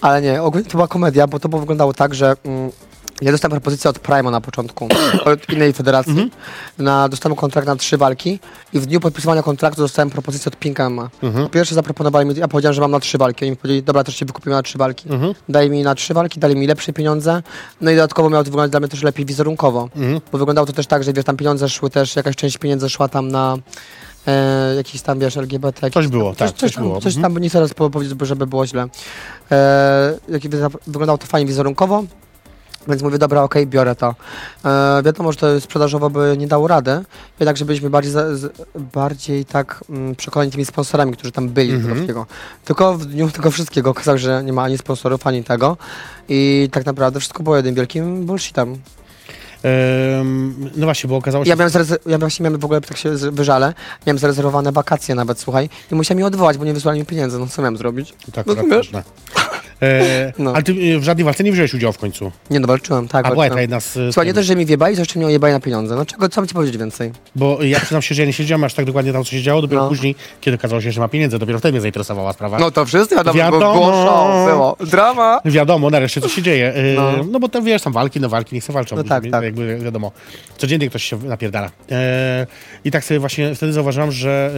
[SPEAKER 3] Ale nie, ogólnie to była komedia, bo to było- wyglądało tak, że mm, ja dostałem propozycję od Prima na początku, od innej federacji.
[SPEAKER 2] Mhm.
[SPEAKER 3] Na, dostałem kontrakt na trzy walki i w dniu podpisywania kontraktu dostałem propozycję od Pinka MMA.
[SPEAKER 2] Mhm.
[SPEAKER 3] Po Pierwsze zaproponowali mi, ja powiedziałem, że mam na trzy walki. Oni mi powiedzieli, dobra, też się wykupimy na trzy walki.
[SPEAKER 2] Mhm.
[SPEAKER 3] Dali mi na trzy walki, dali mi lepsze pieniądze. No i dodatkowo miało to wyglądać dla mnie też lepiej wizerunkowo.
[SPEAKER 2] Mhm.
[SPEAKER 3] Bo wyglądało to też tak, że wiesz, tam pieniądze szły też, jakaś część pieniędzy szła tam na e, jakiś tam, wiesz, LGBT. jakiś
[SPEAKER 2] Coś było,
[SPEAKER 3] tam,
[SPEAKER 2] tak, coś
[SPEAKER 3] tam,
[SPEAKER 2] było.
[SPEAKER 3] Coś
[SPEAKER 2] Mhm.
[SPEAKER 3] tam, bo nie chcę teraz po- powiedzieć, żeby było źle. E, jak wy- wyglądało to fajnie wizerunkowo, więc mówię, dobra, okej, biorę to. E, wiadomo, że to sprzedażowo by nie dało rady, jednakże byliśmy bardziej, za, z, bardziej tak mm, przekonani tymi sponsorami, którzy tam byli tego
[SPEAKER 2] Mhm.
[SPEAKER 3] wszystkiego. Tylko w dniu tego wszystkiego okazało się, że nie ma ani sponsorów, ani tego. I tak naprawdę wszystko było jednym wielkim bullshitem.
[SPEAKER 2] Ehm, no właśnie, bo okazało się...
[SPEAKER 3] Ja miałem, zarez- ja właśnie miałem w ogóle, tak się z- wyżalę, miałem zarezerwowane wakacje nawet, słuchaj, i musiałem je odwołać, bo nie wysłali mi pieniędzy, no co miałem zrobić?
[SPEAKER 2] To tak akurat
[SPEAKER 3] Rozumiesz?
[SPEAKER 2] można. E,
[SPEAKER 3] No.
[SPEAKER 2] Ale ty y, w żadnej walce nie wziąłeś udziału w końcu.
[SPEAKER 3] Nie no, walczyłem, tak,
[SPEAKER 2] A y, była ta
[SPEAKER 3] walczyłem.
[SPEAKER 2] jedna z...
[SPEAKER 3] Słuchaj, nie dość, że mi wiebali, to jeszcze mnie ojebali na pieniądze. No czego, co mam ci powiedzieć więcej?
[SPEAKER 2] Bo ja przyznam się, że ja nie siedziałem aż tak dokładnie tam, co się działo, dopiero
[SPEAKER 3] No.
[SPEAKER 2] później, kiedy okazało się, że ma pieniędzy, dopiero wtedy mnie zainteresowała sprawa.
[SPEAKER 3] No to wszyscy wiadomo,
[SPEAKER 2] Wiadomo.
[SPEAKER 3] Było, było show, było. Drama.
[SPEAKER 2] Wiadomo, nareszcie co się dzieje. E, No,
[SPEAKER 3] No.
[SPEAKER 2] bo tam wiesz, tam walki, no walki, nie chcę walczą.
[SPEAKER 3] No tak, tak.
[SPEAKER 2] Jakby wiadomo, codziennie ktoś się napierdala. E, I tak sobie właśnie wtedy zauważyłam, że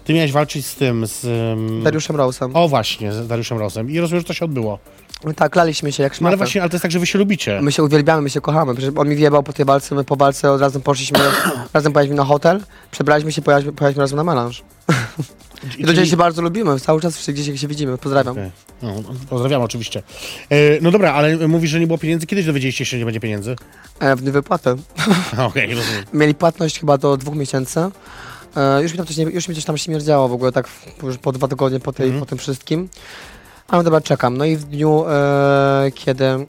[SPEAKER 2] e, ty miałeś walczyć z tym, z... em,
[SPEAKER 3] Dariuszem Rausem.
[SPEAKER 2] O właśnie, z Dariuszem Rosem. I rozumiem, że to się odbyło.
[SPEAKER 3] Tak, klaliśmy się jak
[SPEAKER 2] No ale
[SPEAKER 3] szmaty.
[SPEAKER 2] właśnie, ale to jest tak, że wy się lubicie.
[SPEAKER 3] My się uwielbiamy, my się kochamy. Przecież on mi wiebał po tej walce, my po walce od razu poszliśmy, razem pojechaliśmy na hotel, przebraliśmy się, pojechaliśmy, pojechaliśmy razem na melanż. I do dzisiaj się bardzo lubimy, cały czas wszyscy gdzieś się widzimy. Pozdrawiam.
[SPEAKER 2] Okej. No, pozdrawiam oczywiście. E, no dobra, ale mówisz, że nie było pieniędzy. Kiedyś dowiedzieliście się, że nie będzie pieniędzy?
[SPEAKER 3] E, w dniu wypłaty.
[SPEAKER 2] Okej, rozumiem.
[SPEAKER 3] Mieli płatność chyba do dwóch miesięcy. E, już, mi tam coś nie, już mi coś tam śmierdziało w ogóle, tak w- już po dwa tygodnie po, tej, po tym wszystkim. Ale dobra, czekam. No i w dniu, e, kiedy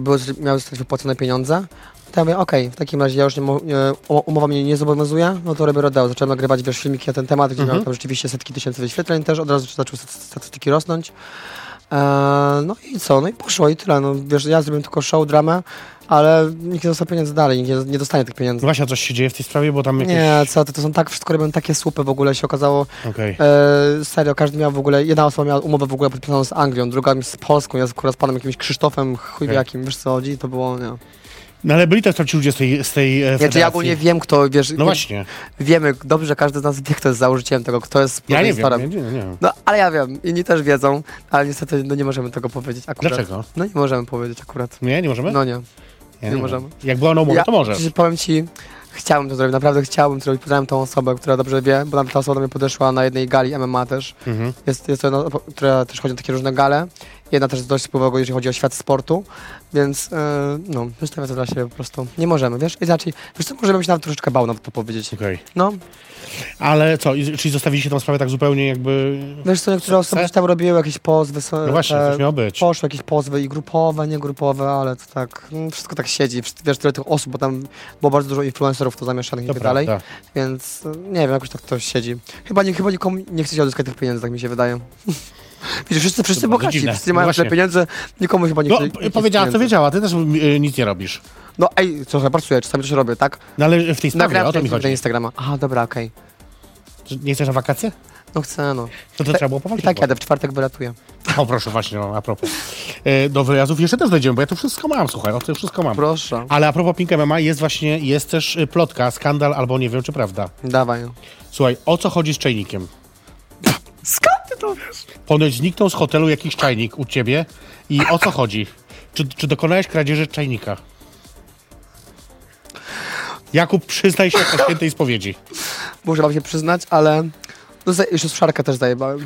[SPEAKER 3] były, miały zostać wypłacone pieniądze, to ja mówię, okej, w takim razie ja już nie, mo- nie, u- umowa mnie nie zobowiązuje, no to robię rodeo. Zacząłem nagrywać wiesz, filmiki na ten temat, gdzie miałem tam rzeczywiście setki tysięcy wyświetleń też, od razu zaczęły staty- statystyki rosnąć. E, no i co, no i poszło i tyle. No, wiesz, ja zrobiłem tylko show, dramę, ale nikt nie dostał pieniędzy dalej, nikt nie, nie dostanie tych pieniędzy.
[SPEAKER 2] No właśnie, a coś się dzieje w tej sprawie, bo tam jakieś...
[SPEAKER 3] Nie, co ty, to są tak, wszystko robią takie słupy w ogóle, się okazało,
[SPEAKER 2] Okej.
[SPEAKER 3] e, serio, każdy miał w ogóle, jedna osoba miała umowę w ogóle podpisaną z Anglią, druga z Polską, ja akurat z panem jakimś Krzysztofem chuj wie
[SPEAKER 2] Okej.
[SPEAKER 3] jakim, wiesz co chodzi, to było, nie. Znaczy,
[SPEAKER 2] No ale byli też tam ci ludzie z tej, z tej e,
[SPEAKER 3] Ja,
[SPEAKER 2] federacji.
[SPEAKER 3] czy ja ogólnie wiem, kto, wiesz,
[SPEAKER 2] No właśnie,
[SPEAKER 3] wiemy, dobrze, że każdy z nas wie, kto jest założycielem tego, kto jest
[SPEAKER 2] ja nie
[SPEAKER 3] organizatorem.
[SPEAKER 2] wiem, nie, nie, nie wiem.
[SPEAKER 3] No, ale ja wiem, inni też wiedzą, ale niestety no, nie możemy tego powiedzieć akurat.
[SPEAKER 2] Dlaczego?
[SPEAKER 3] No nie możemy powiedzieć akurat.
[SPEAKER 2] Nie, nie możemy?
[SPEAKER 3] No nie.
[SPEAKER 2] nie,
[SPEAKER 3] nie
[SPEAKER 2] wiem.
[SPEAKER 3] możemy.
[SPEAKER 2] Jak była no umowa, to możesz.
[SPEAKER 3] przecież Powiem ci, chciałbym to zrobić, naprawdę chciałbym to zrobić. Poznałem tą osobę, która dobrze wie, bo tam ta osoba do mnie podeszła na jednej gali MMA też.
[SPEAKER 2] Mhm.
[SPEAKER 3] Jest, jest to jedna, opo- która też chodzi na takie różne gale. Jedna też dość wpływowa, jeżeli chodzi o świat sportu, więc yy, no, zostawiam to dla siebie po prostu. Nie możemy, wiesz? I znaczy, wiesz co, możemy się nawet troszeczkę bał nawet to powiedzieć.
[SPEAKER 2] Okej.
[SPEAKER 3] No,
[SPEAKER 2] Ale co, i- czyli zostawiliście tą sprawę tak zupełnie jakby...
[SPEAKER 3] wiesz co, niektóre osoby
[SPEAKER 2] Se-
[SPEAKER 3] gdzieś tam robiły jakieś pozwy. so-
[SPEAKER 2] No właśnie,
[SPEAKER 3] te-
[SPEAKER 2] coś miało być.
[SPEAKER 3] Poszły jakieś pozwy i grupowe, nie grupowe, ale to tak, mm, wszystko tak siedzi. Wsz- Wiesz, tyle tych osób, bo tam było bardzo dużo influencerów tu zamieszanych i
[SPEAKER 2] To
[SPEAKER 3] tak dalej.
[SPEAKER 2] prawda.
[SPEAKER 3] Więc y, nie wiem, jakoś tak to siedzi. Chyba, nie, chyba nikomu nie chce się odzyskać tych pieniędzy, tak mi się wydaje. Widzisz, wszyscy, wszyscy
[SPEAKER 2] bardzo
[SPEAKER 3] bogaci,
[SPEAKER 2] dziwne.
[SPEAKER 3] wszyscy
[SPEAKER 2] No
[SPEAKER 3] mają
[SPEAKER 2] właśnie.
[SPEAKER 3] tyle pieniędzy, nikomu chyba nie
[SPEAKER 2] No,
[SPEAKER 3] chce.
[SPEAKER 2] p-
[SPEAKER 3] nie chce
[SPEAKER 2] powiedziała, co
[SPEAKER 3] pieniędzy.
[SPEAKER 2] wiedziała, ty też y, nic nie robisz.
[SPEAKER 3] No ej, co, ja pracuję, czasami też robię, tak?
[SPEAKER 2] No ale w tej sprawie,
[SPEAKER 3] Nagrałem
[SPEAKER 2] o to mi
[SPEAKER 3] filmik do
[SPEAKER 2] chodzi.
[SPEAKER 3] Instagrama. Aha, dobra, okej.
[SPEAKER 2] Czy Nie chcesz na wakacje?
[SPEAKER 3] No chcę, no.
[SPEAKER 2] No to trzeba było
[SPEAKER 3] I
[SPEAKER 2] powalczyć.
[SPEAKER 3] tak
[SPEAKER 2] bo-
[SPEAKER 3] jadę, w czwartek wylatuję.
[SPEAKER 2] O, proszę, właśnie, no, a propos. E, Do wyjazdów jeszcze też dojdziemy, bo ja tu wszystko mam, słuchaj, o tym wszystko mam.
[SPEAKER 3] Proszę.
[SPEAKER 2] Ale a propos Pink MMA, jest właśnie, jest też y, plotka, skandal, albo nie wiem, czy prawda.
[SPEAKER 3] Dawaj. no.
[SPEAKER 2] Słuchaj, o co chodzi z czajnikiem?
[SPEAKER 3] Skąd ty to wiesz?
[SPEAKER 2] Ponoć zniknął z hotelu jakiś czajnik u ciebie i o co chodzi? Czy, czy dokonałeś kradzieży czajnika? Jakub, przyznaj się po świętej spowiedzi.
[SPEAKER 3] Muszę wam się przyznać, ale... No, za- jeszcze suszarkę też zajebałem.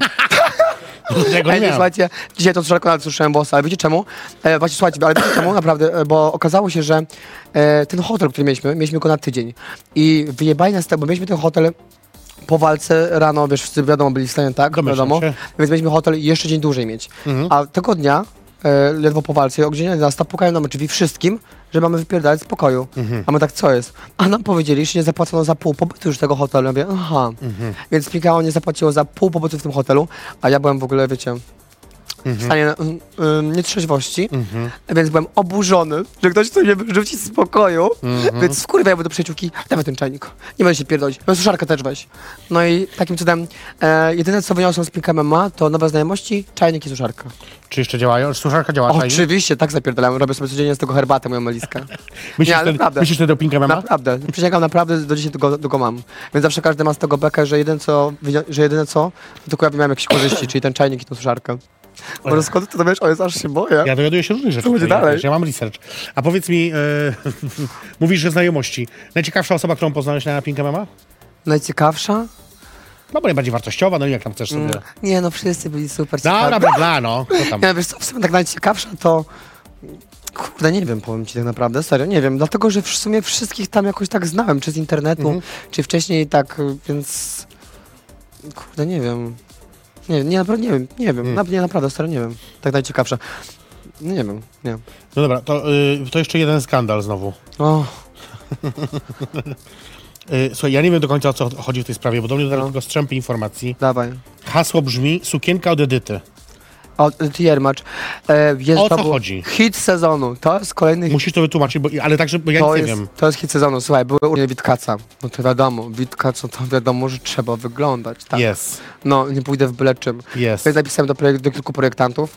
[SPEAKER 2] Tego nie
[SPEAKER 3] Ej, no,
[SPEAKER 2] miałem.
[SPEAKER 3] słuchajcie, dzisiaj to troszeczkę nawet słyszałem bossa, ale wiecie czemu? E, właśnie słuchajcie, ale wiecie czemu naprawdę, e, bo okazało się, że e, ten hotel, który mieliśmy, mieliśmy go na tydzień i wyjebali nas tak, bo mieliśmy ten hotel po walce rano, wiesz, wszyscy wiadomo, byli w stanie, tak?
[SPEAKER 2] Domyślam
[SPEAKER 3] wiadomo.
[SPEAKER 2] się. Mhm.
[SPEAKER 3] Więc mieliśmy hotel jeszcze dzień dłużej mieć. A tego dnia e, ledwo po walce i ognienia nas tam pukają nam drzwi wszystkim, że mamy wypierdalać z pokoju.
[SPEAKER 2] Mhm.
[SPEAKER 3] A my tak, co jest? A nam powiedzieli, że nie zapłacono za pół pobytu już tego hotelu. Ja mówię, aha.
[SPEAKER 2] Mhm.
[SPEAKER 3] Więc Mikao nie zapłaciło za pół pobytu w tym hotelu, a ja byłem w ogóle, wiecie,
[SPEAKER 2] Mhm.
[SPEAKER 3] w stanie mm, mm, nietrzeźwości, więc byłem oburzony, że ktoś chce mnie wyrzuci z pokoju,
[SPEAKER 2] Mhm.
[SPEAKER 3] więc skurwiałem do przyjaciółki, dawaj ten czajnik, nie będę się pierdolić, no suszarkę też weź. No i takim cudem, e, jedyne co wyniosłem z Pink MMA, to nowe znajomości, czajnik i suszarka.
[SPEAKER 2] Czy jeszcze działają? Suszarka działa? czajnik?
[SPEAKER 3] Oczywiście, tak zapierdalam, robię sobie codziennie z tego herbatę moją meliskę.
[SPEAKER 2] Myślisz,
[SPEAKER 3] ale
[SPEAKER 2] wtedy,
[SPEAKER 3] naprawdę.
[SPEAKER 2] myślisz wtedy o Pink MMA?
[SPEAKER 3] Naprawdę, przysięgam naprawdę, do dzisiaj długo, długo mam. Więc zawsze każdy ma z tego bekę, że jedyne co, wynio- że jedyne co to tylko ja miałem jakieś korzyści, czyli ten czajnik i tą suszarkę. Bo rozkład to wiesz, o jest, aż się boję.
[SPEAKER 2] Ja dowiaduję się różnych rzeczy.
[SPEAKER 3] będzie
[SPEAKER 2] tutaj,
[SPEAKER 3] dalej?
[SPEAKER 2] wiesz, Ja mam research. A powiedz mi, e, mówisz, że znajomości. Najciekawsza osoba, którą poznałeś na Pink MMA?
[SPEAKER 3] Najciekawsza?
[SPEAKER 2] No bo najbardziej wartościowa, no i jak tam chcesz sobie.
[SPEAKER 3] Mm, Nie no, wszyscy byli super
[SPEAKER 2] Dobra,
[SPEAKER 3] ciekawi.
[SPEAKER 2] bla, bla, no. Co tam?
[SPEAKER 3] Nie, wiesz co, w sumie tak najciekawsza to... Kurde, nie wiem, powiem ci tak naprawdę, serio, nie wiem, dlatego, że w sumie wszystkich tam jakoś tak znałem, czy z internetu,
[SPEAKER 2] Mhm.
[SPEAKER 3] czy wcześniej tak, y, więc... Kurde, nie wiem. Nie, nie, naprawdę nie wiem, nie wiem,
[SPEAKER 2] Mm.
[SPEAKER 3] na, nie, naprawdę, serio, nie wiem. Tak najciekawsza. Nie wiem, nie.
[SPEAKER 2] No dobra, to, y, to jeszcze jeden skandal znowu.
[SPEAKER 3] O,
[SPEAKER 2] Y, słuchaj, ja nie wiem do końca o co chodzi w tej sprawie, bo do mnie
[SPEAKER 3] No.
[SPEAKER 2] dotarły tylko strzępy informacji.
[SPEAKER 3] dawaj.
[SPEAKER 2] Hasło brzmi sukienka od Edyty.
[SPEAKER 3] O, Tiermacz. E, jest,
[SPEAKER 2] O
[SPEAKER 3] to
[SPEAKER 2] co
[SPEAKER 3] był
[SPEAKER 2] chodzi?
[SPEAKER 3] Hit sezonu, to jest kolejny
[SPEAKER 2] Musisz to wytłumaczyć, bo, ale także, bo ja nic
[SPEAKER 3] Tak. to
[SPEAKER 2] nie
[SPEAKER 3] jest,
[SPEAKER 2] wiem.
[SPEAKER 3] To jest hit sezonu. Słuchaj, były urodziny Witkaca. No to wiadomo, Witkacu to wiadomo, że trzeba wyglądać, tak?
[SPEAKER 2] Jest,
[SPEAKER 3] No, nie pójdę w byle czym.
[SPEAKER 2] jest.
[SPEAKER 3] Więc napisałem do, projek- do kilku projektantów.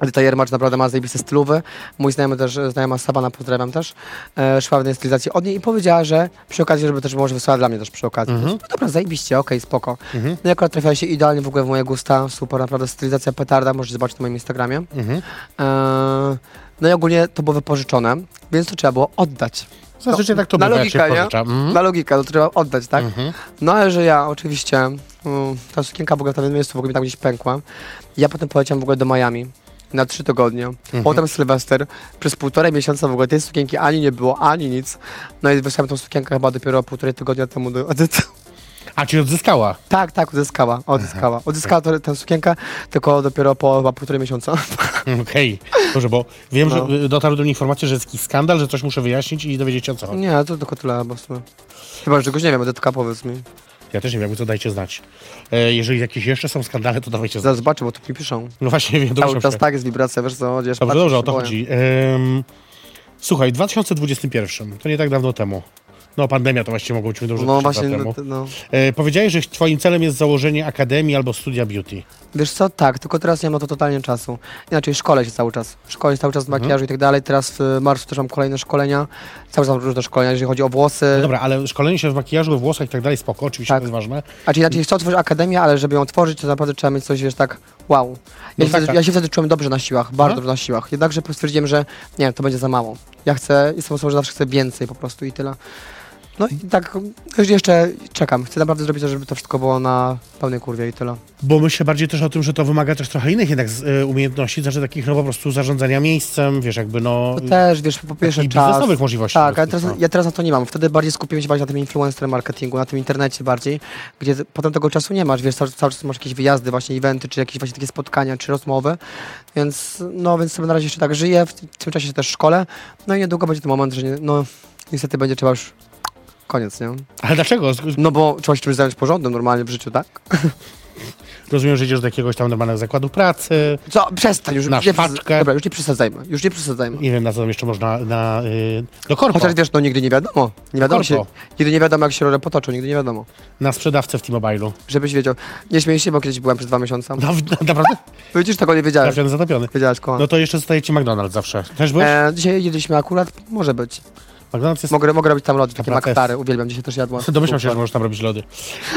[SPEAKER 3] Edyta Jermacz naprawdę ma zajebiste stylowy. Mój znajomy też, znajoma Sabana, pozdrawiam też, e, szła w jednej stylizacji od niej i powiedziała, że przy okazji, żeby też może wysłała dla mnie też przy okazji. No dobra, zajebiście, okej, spoko. No i akurat trafiła się idealnie w ogóle w moje gusta, super, naprawdę stylizacja petarda, możesz zobaczyć na moim Instagramie.
[SPEAKER 2] Mhm.
[SPEAKER 3] E, no i ogólnie to było wypożyczone, więc to trzeba było oddać.
[SPEAKER 2] Zazwyczaj tak to
[SPEAKER 3] No, na No.
[SPEAKER 2] bywa, jak się
[SPEAKER 3] logikę, nie?
[SPEAKER 2] pożycza. Mhm.
[SPEAKER 3] Na logikę, to trzeba oddać, tak? No ale że ja oczywiście, mm, ta sukienka w ogóle w tamtym miejscu w ogóle mi tam gdzieś pękła. Ja potem poleciałem w ogóle do Miami na trzy tygodnie.
[SPEAKER 2] Mhm.
[SPEAKER 3] Potem Sylwester. Przez półtorej miesiąca w ogóle tej sukienki ani nie było, ani nic. No i wysłałem tą sukienkę chyba dopiero półtorej tygodnia temu do Edyty.
[SPEAKER 2] A ci odzyskała.
[SPEAKER 3] Tak, tak, odzyskała,
[SPEAKER 2] Mhm.
[SPEAKER 3] odzyskała. Odzyskała to- tę sukienkę, tylko dopiero po chyba półtorej miesiąca.
[SPEAKER 2] Okej, dobrze, bo wiem,
[SPEAKER 3] No.
[SPEAKER 2] że y, dotarły do mnie informacje, że jest jakiś skandal, że coś muszę wyjaśnić i dowiedzieć się o co chodzi.
[SPEAKER 3] Nie, to tylko tyle chyba w sumie. Chyba, że czegoś nie wiem, Edytka powiedz mi.
[SPEAKER 2] Ja też nie wiem, jakby co dajcie znać. E, jeżeli jakieś jeszcze są skandale, to dawajcie znać.
[SPEAKER 3] Zaraz zobaczę, bo tu mi piszą.
[SPEAKER 2] No właśnie, wiem,
[SPEAKER 3] Cały
[SPEAKER 2] dobrze.
[SPEAKER 3] czas tak jest wibracja, wiesz co, chociaż
[SPEAKER 2] Dobrze,
[SPEAKER 3] patrzę,
[SPEAKER 2] dobrze, o
[SPEAKER 3] się
[SPEAKER 2] to
[SPEAKER 3] boję.
[SPEAKER 2] chodzi. Em, słuchaj, w 2021, to nie tak dawno temu. No, pandemia to właściwie mogło być dużo
[SPEAKER 3] No
[SPEAKER 2] no,
[SPEAKER 3] właśnie,
[SPEAKER 2] temu.
[SPEAKER 3] no, no.
[SPEAKER 2] E, powiedziałeś, że twoim celem jest założenie akademii albo studia beauty.
[SPEAKER 3] Wiesz co, tak, tylko teraz nie ma to totalnie czasu. Inaczej szkole się cały czas. Szkole się cały czas z
[SPEAKER 2] Mhm.
[SPEAKER 3] makijażu i tak dalej. Teraz w marcu też mam kolejne szkolenia. Cały czas mam różne szkolenia, jeżeli chodzi o włosy.
[SPEAKER 2] No Dobra, ale szkolenie się w makijażu, w włosach i tak dalej, spoko, oczywiście
[SPEAKER 3] Tak.
[SPEAKER 2] to jest ważne.
[SPEAKER 3] Znaczy inaczej chcę otworzyć akademię, ale żeby ją otworzyć, to naprawdę trzeba mieć coś, wiesz, tak wow. Ja,
[SPEAKER 2] No
[SPEAKER 3] się,
[SPEAKER 2] tak,
[SPEAKER 3] wtedy,
[SPEAKER 2] tak.
[SPEAKER 3] ja się wtedy czułem dobrze na siłach, bardzo
[SPEAKER 2] Mhm.
[SPEAKER 3] dobrze na siłach. Jednakże stwierdziłem, że nie, to będzie za mało. Ja chcę, jestem osobą, że zawsze chcę więcej po prostu i tyle. No i tak jeszcze czekam. Chcę naprawdę zrobić to, żeby to wszystko było na pełnej kurwie i tyle.
[SPEAKER 2] Bo myślę bardziej też o tym, że to wymaga też trochę innych jednak z- y, umiejętności, znaczy takich no po prostu zarządzania miejscem, wiesz, jakby no...
[SPEAKER 3] To też, wiesz, po pierwsze
[SPEAKER 2] Takich
[SPEAKER 3] czas.
[SPEAKER 2] biznesowych możliwości
[SPEAKER 3] Tak,
[SPEAKER 2] po
[SPEAKER 3] ale
[SPEAKER 2] prostu,
[SPEAKER 3] teraz,
[SPEAKER 2] no.
[SPEAKER 3] ja teraz na to nie mam. Wtedy bardziej skupiłem się bardziej na tym influencer marketingu, na tym internecie bardziej, gdzie z- potem tego czasu nie masz, wiesz, cały, cały czas masz jakieś wyjazdy, właśnie eventy, czy jakieś właśnie takie spotkania, czy rozmowy, więc no, więc sobie na razie jeszcze tak żyję, w t- w tym czasie też szkole, no i niedługo będzie ten moment, że nie, no, niestety będzie trzeba już koniec, nie?
[SPEAKER 2] Ale dlaczego? Z-
[SPEAKER 3] No bo trzeba się czymś zająć porządnym normalnie w życiu, tak?
[SPEAKER 2] Rozumiem, że idziesz do jakiegoś tam normalnego zakładu pracy,
[SPEAKER 3] Co? Przestań, już,
[SPEAKER 2] Na
[SPEAKER 3] nie, przes-
[SPEAKER 2] szpaczkę.
[SPEAKER 3] dobra, już nie przesadzajmy, już nie przesadzajmy.
[SPEAKER 2] nie wiem, na co tam jeszcze można, na... Y, do korpo,
[SPEAKER 3] Chociaż wiesz, no nigdy nie wiadomo, nie wiadomo się,
[SPEAKER 2] Korpo.
[SPEAKER 3] nigdy nie wiadomo jak się rolę potoczą, nigdy nie wiadomo.
[SPEAKER 2] na sprzedawcę w T-Mobile'u.
[SPEAKER 3] Żebyś wiedział. Nie śmiej się, bo kiedyś byłem przez dwa miesiące.
[SPEAKER 2] Na, na, naprawdę?
[SPEAKER 3] Widzisz, tak tego nie wiedziałeś.
[SPEAKER 2] Trafiony, zatopiony.
[SPEAKER 3] Wiedziałeś, kochany.
[SPEAKER 2] No to jeszcze zostaje ci McDonald's zawsze. Też byłeś?
[SPEAKER 3] E, dzisiaj jedliśmy akurat, może być.
[SPEAKER 2] McDonald's jest...
[SPEAKER 3] Mogę, mogę robić tam lody, takie
[SPEAKER 2] Naprawdę.
[SPEAKER 3] maktary, uwielbiam, dzisiaj też jadłam.
[SPEAKER 2] Domyślam się, że możesz tam robić lody.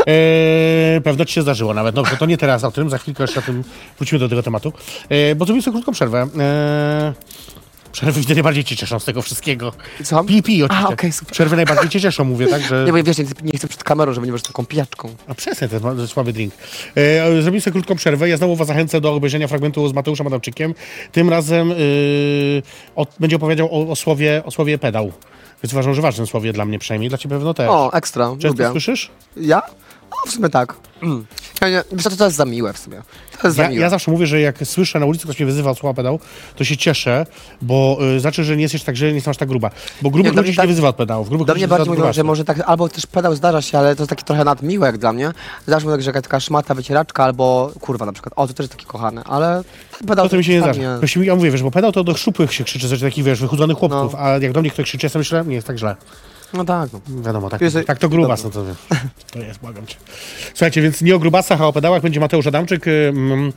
[SPEAKER 2] E, pewno ci się zdarzyło nawet. Dobrze, to nie teraz o tym, za chwilkę jeszcze o tym wrócimy do tego tematu. E, bo zrobimy sobie krótką przerwę. E, przerwy widzę najbardziej ci cieszą z tego wszystkiego.
[SPEAKER 3] Słucham?
[SPEAKER 2] Pi, pi, oczywiście.
[SPEAKER 3] A, okej, super.
[SPEAKER 2] Przerwy najbardziej cię cieszą, mówię, tak? Że...
[SPEAKER 3] Nie, bo wiesz, nie, nie chcę przed kamerą, żeby nie być taką pijaczką.
[SPEAKER 2] A przestań, to jest ma- słaby drink. E, zrobimy sobie krótką przerwę. Ja znowu was zachęcę do obejrzenia fragmentu z Mateuszem Adamczykiem. Tym razem y, o, będzie opowiadał o, o, słowie, o słowie pedał. Więc uważam, że ważne no słowie dla mnie przynajmniej, dla ciebie pewno też.
[SPEAKER 3] O, ekstra,
[SPEAKER 2] Często
[SPEAKER 3] lubię.
[SPEAKER 2] słyszysz?
[SPEAKER 3] Ja? O, w sumie tak. Mm. Ja nie, wiesz co, to, to jest za miłe w sumie. To jest
[SPEAKER 2] Ja,
[SPEAKER 3] za miłe.
[SPEAKER 2] ja zawsze mówię, że jak słyszę na ulicy, ktoś mnie wyzywa słowa pedał, to się cieszę, bo y, znaczy, że nie jesteś tak, że nie jesteś aż tak gruba. Bo grubych
[SPEAKER 3] Nie, do
[SPEAKER 2] ludzi
[SPEAKER 3] mnie
[SPEAKER 2] się
[SPEAKER 3] tak-
[SPEAKER 2] nie wyzywa od pedałów. Grubych
[SPEAKER 3] Do
[SPEAKER 2] ludzi
[SPEAKER 3] mnie bardziej
[SPEAKER 2] wyzywa
[SPEAKER 3] mówią,
[SPEAKER 2] od
[SPEAKER 3] że może tak, albo też pedał zdarza się, ale to jest takie trochę nadmiłe jak dla mnie. Zawsze mówię, tak, że taka szmata, wycieraczka albo kurwa na przykład. O, to też jest takie kochane, ale pedał
[SPEAKER 2] To, to mi się nie
[SPEAKER 3] tak
[SPEAKER 2] zdarza. Ktoś mi, ja mówię, wiesz, bo pedał to do szczupłych się krzyczy, znaczy takich, wiesz, wychudzonych chłopców,
[SPEAKER 3] No.
[SPEAKER 2] a jak do mnie ktoś krzyczy, ja sobie myślę, nie jest tak źle.
[SPEAKER 3] No tak, no.
[SPEAKER 2] Wiadomo, tak,
[SPEAKER 3] Wiesz, że-
[SPEAKER 2] tak to gruba są to. To jest, błagam cię. Słuchajcie, więc nie o grubasach, a o pedałach będzie Mateusz Adamczyk. ym,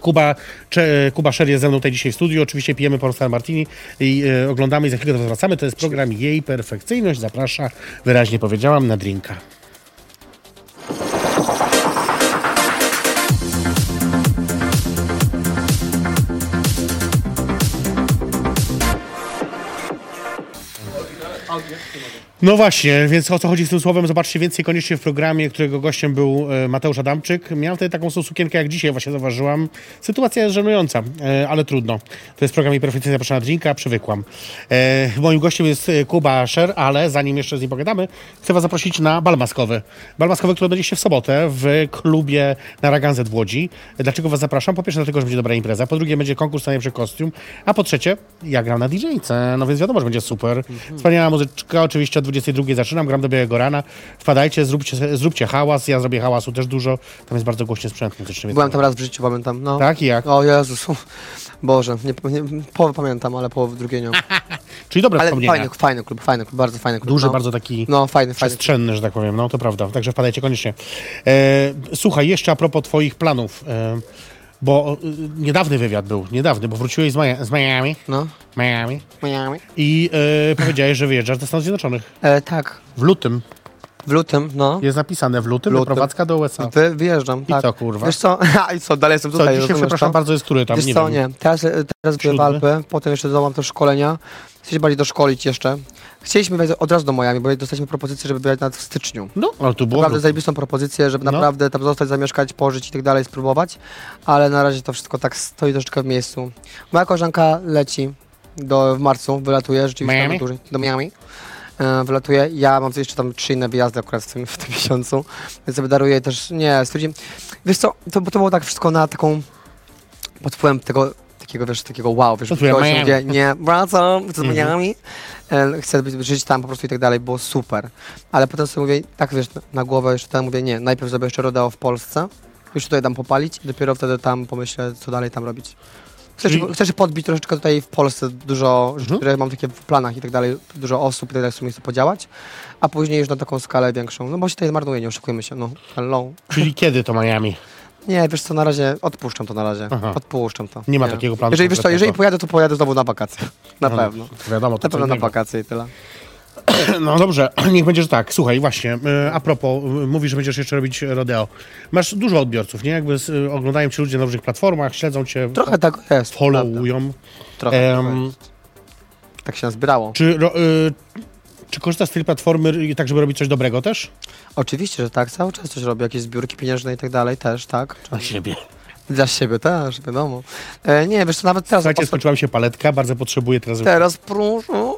[SPEAKER 2] Kuba, Cze, Kuba Szer jest ze mną tutaj dzisiaj w studiu. Oczywiście pijemy Pornstar Martini i e, oglądamy i za chwilę to wracamy. To jest program Jej Perfekcyjność. Zaprasza, wyraźnie powiedziałam, na drinka. No właśnie, więc o co chodzi z tym słowem, zobaczcie więcej koniecznie w programie, którego gościem był e, Mateusz Adamczyk. Miałem wtedy taką sukienkę, jak dzisiaj właśnie zauważyłam. Sytuacja jest żenująca, e, ale trudno. To jest program Imperfekcyjny Zapraszam na drinka, przywykłam. E, Moim gościem jest e, Kuba Szer, ale zanim jeszcze z nim pogadamy, chcę was zaprosić na bal maskowy. Bal maskowy, który będzie się w sobotę w klubie na Raganzet w Łodzi. Dlaczego was zapraszam? Po pierwsze dlatego, że będzie dobra impreza, po drugie będzie konkurs na najlepszy kostium, a po trzecie ja gram na DJ-ce, no więc wiadomo, że będzie super.
[SPEAKER 3] Mhm.
[SPEAKER 2] Wspaniała muzyczka, oczywiście o 22 zaczynam, gram do białego rana. Wpadajcie, zróbcie, zróbcie hałas, ja zrobię hałasu też dużo, tam jest bardzo głośny sprzęt muzyczny. więc-
[SPEAKER 3] Byłem tam raz w życiu, pamiętam. No.
[SPEAKER 2] Tak i jak?
[SPEAKER 3] O Jezusu. Boże, nie, nie, połowę pamiętam, ale połowę drugiej nie.
[SPEAKER 2] Czyli dobre
[SPEAKER 3] Ale
[SPEAKER 2] wspomnienia.
[SPEAKER 3] fajny, fajny klub, fajny klub, bardzo fajny klub.
[SPEAKER 2] Duży,
[SPEAKER 3] no.
[SPEAKER 2] bardzo taki...
[SPEAKER 3] No, fajny, fajny.
[SPEAKER 2] przestrzenny, że tak powiem, no to prawda. Także wpadajcie koniecznie. E, słuchaj, jeszcze a propos twoich planów, e, bo e, niedawny wywiad był, niedawny, bo wróciłeś z, Maja, z Miami,
[SPEAKER 3] No.
[SPEAKER 2] Miami
[SPEAKER 3] Miami.
[SPEAKER 2] i e, powiedziałeś, że wyjeżdżasz do Stanów Zjednoczonych.
[SPEAKER 3] E, tak,
[SPEAKER 2] W lutym,
[SPEAKER 3] w lutym, no.
[SPEAKER 2] jest napisane w lutym,
[SPEAKER 3] Lutym.
[SPEAKER 2] prowadzka do USA.
[SPEAKER 3] Wy, wyjeżdżam, tak.
[SPEAKER 2] co, kurwa?
[SPEAKER 3] Wiesz co, a i co, dalej jestem
[SPEAKER 2] Co,
[SPEAKER 3] tutaj.
[SPEAKER 2] dzisiaj,
[SPEAKER 3] rozumiesz
[SPEAKER 2] przepraszam
[SPEAKER 3] to?
[SPEAKER 2] bardzo, jest który tam,
[SPEAKER 3] Wiesz
[SPEAKER 2] nie
[SPEAKER 3] co,
[SPEAKER 2] wiem.
[SPEAKER 3] nie, teraz, e, teraz byłem w
[SPEAKER 2] Siódmy?
[SPEAKER 3] Alpy, potem jeszcze dołam też szkolenia. Chcę się bardziej doszkolić jeszcze. Chcieliśmy wejść od razu do Miami, bo dostaliśmy propozycję, żeby wyjechać nawet w styczniu.
[SPEAKER 2] No, ale tu było w
[SPEAKER 3] Naprawdę
[SPEAKER 2] lutym.
[SPEAKER 3] zajebistą propozycję, żeby
[SPEAKER 2] No.
[SPEAKER 3] naprawdę tam zostać, zamieszkać, pożyć i tak dalej, spróbować, ale na razie to wszystko tak stoi troszeczkę w miejscu. Moja koleżanka leci do, w marcu, wylatuje rzeczywiście
[SPEAKER 2] Miami?
[SPEAKER 3] tam dłużej, do Miami. E, Wylatuje. Ja mam jeszcze tam trzy inne wyjazdy akurat w tym, w tym miesiącu, więc sobie daruję też. Nie, stwierdziłem. Wiesz co, to, bo to było tak wszystko na taką pod wpływem tego takiego, wiesz, takiego wow, wiesz,
[SPEAKER 2] To twoje
[SPEAKER 3] gościa,
[SPEAKER 2] Miami.
[SPEAKER 3] gdzie nie, wracam, chcę
[SPEAKER 2] Mhm.
[SPEAKER 3] z Miami, e, chcę być, żyć tam po prostu i tak dalej, było super. Ale potem sobie mówię, tak wiesz, na, na głowę jeszcze tam mówię, nie, najpierw zrobię jeszcze rodeo w Polsce, już tutaj dam popalić i dopiero wtedy tam pomyślę, co dalej tam robić. Chcę,
[SPEAKER 2] Czyli-
[SPEAKER 3] się- chcę się podbić troszeczkę tutaj w Polsce, dużo rzeczy,
[SPEAKER 2] Mhm.
[SPEAKER 3] które mam takie w planach i tak dalej, dużo osób i tak dalej w sumie chcę podziałać, a później już na taką skalę większą, no bo się tutaj marnuje, nie oszukujmy się, no, hello.
[SPEAKER 2] Czyli kiedy to Miami?
[SPEAKER 3] Nie, wiesz co, na razie odpuszczam to na razie.
[SPEAKER 2] Aha.
[SPEAKER 3] Odpuszczam to.
[SPEAKER 2] Nie ma takiego planu
[SPEAKER 3] Jeżeli, wiesz co, jeżeli
[SPEAKER 2] konkretnego.
[SPEAKER 3] pojadę, to pojadę znowu na wakacje. Na
[SPEAKER 2] No,
[SPEAKER 3] pewno.
[SPEAKER 2] to wiadomo, to
[SPEAKER 3] na
[SPEAKER 2] co
[SPEAKER 3] pewno na
[SPEAKER 2] innego.
[SPEAKER 3] wakacje i tyle.
[SPEAKER 2] No dobrze, niech będzie, że tak. Słuchaj, właśnie, e, a propos, m, mówisz, że będziesz jeszcze robić rodeo. Masz dużo odbiorców, nie? Jakby z- e, oglądają cię ludzie na różnych platformach, śledzą cię,
[SPEAKER 3] Trochę tak jest. prawda.
[SPEAKER 2] followują.
[SPEAKER 3] Trochę
[SPEAKER 2] Em,
[SPEAKER 3] tak się nazbierało.
[SPEAKER 2] Czy, ro, y, czy korzystasz z tej platformy y, tak, żeby robić coś dobrego też?
[SPEAKER 3] Oczywiście, że tak, cały czas coś robię, jakieś zbiórki pieniężne i tak dalej też, tak? Czy-
[SPEAKER 2] siebie.
[SPEAKER 3] Dla siebie też, wiadomo. E, nie, wiesz co, nawet teraz...
[SPEAKER 2] Słuchajcie,
[SPEAKER 3] osta-
[SPEAKER 2] skończyła mi się paletka, bardzo potrzebuję teraz...
[SPEAKER 3] Teraz proszę.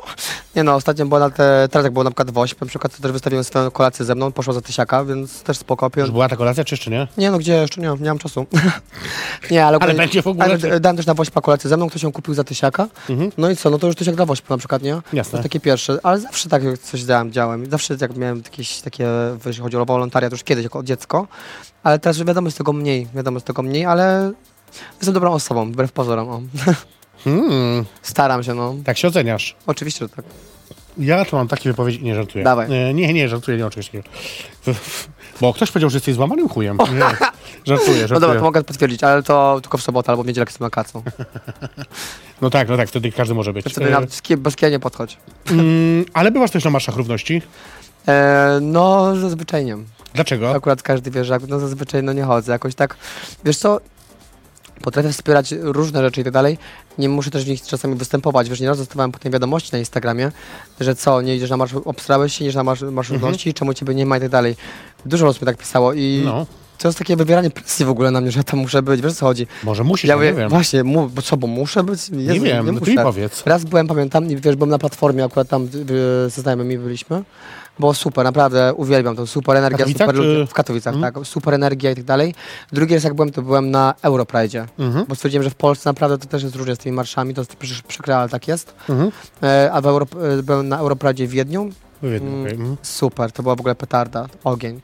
[SPEAKER 3] Nie no, ostatnio była na te, teraz jak było na przykład Woś, na przykład to też wystawiłem swoją kolację ze mną, poszła za tysiaka, więc też spoko.
[SPEAKER 2] Już
[SPEAKER 3] Pieniądze
[SPEAKER 2] była ta kolacja, czy jeszcze nie?
[SPEAKER 3] Nie, no gdzie jeszcze nie, mam- nie mam czasu. nie, ale, ogólnie-
[SPEAKER 2] będzie w ogóle,
[SPEAKER 3] Ale
[SPEAKER 2] czy-
[SPEAKER 3] d- dałem też na Wośpa kolację ze mną, ktoś ją kupił za tysiaka. No i co, no to już tysiak dla Wośpa na przykład, nie?
[SPEAKER 2] Jasne.
[SPEAKER 3] To jest takie pierwsze, ale zawsze tak coś dałem, działałem. Zawsze jak miałem jakieś takie, jeśli chodzi o wolontariat, to już kiedyś jako dziecko. Ale teraz już wiadomo, jest tego mniej, wiadomo, jest tego mniej, ale jestem dobrą osobą, wbrew pozorom. O.
[SPEAKER 2] Hmm,
[SPEAKER 3] Staram się, no.
[SPEAKER 2] tak się oceniasz.
[SPEAKER 3] Oczywiście, że tak.
[SPEAKER 2] Ja tu mam takie wypowiedzi, nie żartuję.
[SPEAKER 3] Dawaj.
[SPEAKER 2] E, Nie, nie, żartuję, nie oczywiście. Bo ktoś powiedział, że jesteś złamanym chujem. Nie, żartuję,
[SPEAKER 3] No dobra,
[SPEAKER 2] żartuję.
[SPEAKER 3] to mogę potwierdzić, ale to tylko w sobotę albo w niedzielę, jak jestem na kacu.
[SPEAKER 2] No tak, no tak, wtedy każdy może być.
[SPEAKER 3] Wtedy
[SPEAKER 2] E,
[SPEAKER 3] nawet z kie- bez kija nie podchodź.
[SPEAKER 2] mm, Ale bywasz też na marszach równości.
[SPEAKER 3] E, no, zazwyczaj nie.
[SPEAKER 2] Dlaczego?
[SPEAKER 3] Akurat każdy wie, że jak- no zazwyczaj no nie chodzę. Jakoś tak, wiesz co, potrafię wspierać różne rzeczy i tak dalej. Nie muszę też w nich czasami występować. Wiesz, nieraz dostawałem potem wiadomości na Instagramie, że co, nie idziesz na marsz, obstrałeś się, nie idziesz na marsz, marsz ludności, czemu ciebie nie ma i tak dalej. Dużo osób mi tak pisało i
[SPEAKER 2] Mhm. No.
[SPEAKER 3] To jest takie wywieranie presji w ogóle na mnie, że ja tam muszę być, wiesz o co chodzi.
[SPEAKER 2] Może musisz,
[SPEAKER 3] Ja
[SPEAKER 2] ja nie
[SPEAKER 3] mówię,
[SPEAKER 2] wiem.
[SPEAKER 3] właśnie, mu, bo co, bo muszę być? Jezu,
[SPEAKER 2] Nie wiem, no ty mi
[SPEAKER 3] muszę. tak.
[SPEAKER 2] powiedz.
[SPEAKER 3] Raz byłem, pamiętam, i wiesz, byłem na platformie, akurat tam y, ze znajomymi byliśmy. Było super, naprawdę uwielbiam tą super energię,
[SPEAKER 2] Katowicach,
[SPEAKER 3] super
[SPEAKER 2] czy- Mhm.
[SPEAKER 3] ludzie w Katowicach, tak, super energia i tak dalej. Drugi raz jak byłem, to byłem na Europride,
[SPEAKER 2] Mhm.
[SPEAKER 3] bo stwierdziłem, że w Polsce naprawdę to też jest różnie z tymi marszami, to jest przecież przykre, ale tak jest.
[SPEAKER 2] mhm.
[SPEAKER 3] E, a w Euro, e, byłem na Europride w Wiedniu,
[SPEAKER 2] Mówię, no, okej, mhm.
[SPEAKER 3] Super, Mm, to była w ogóle petarda, ogień.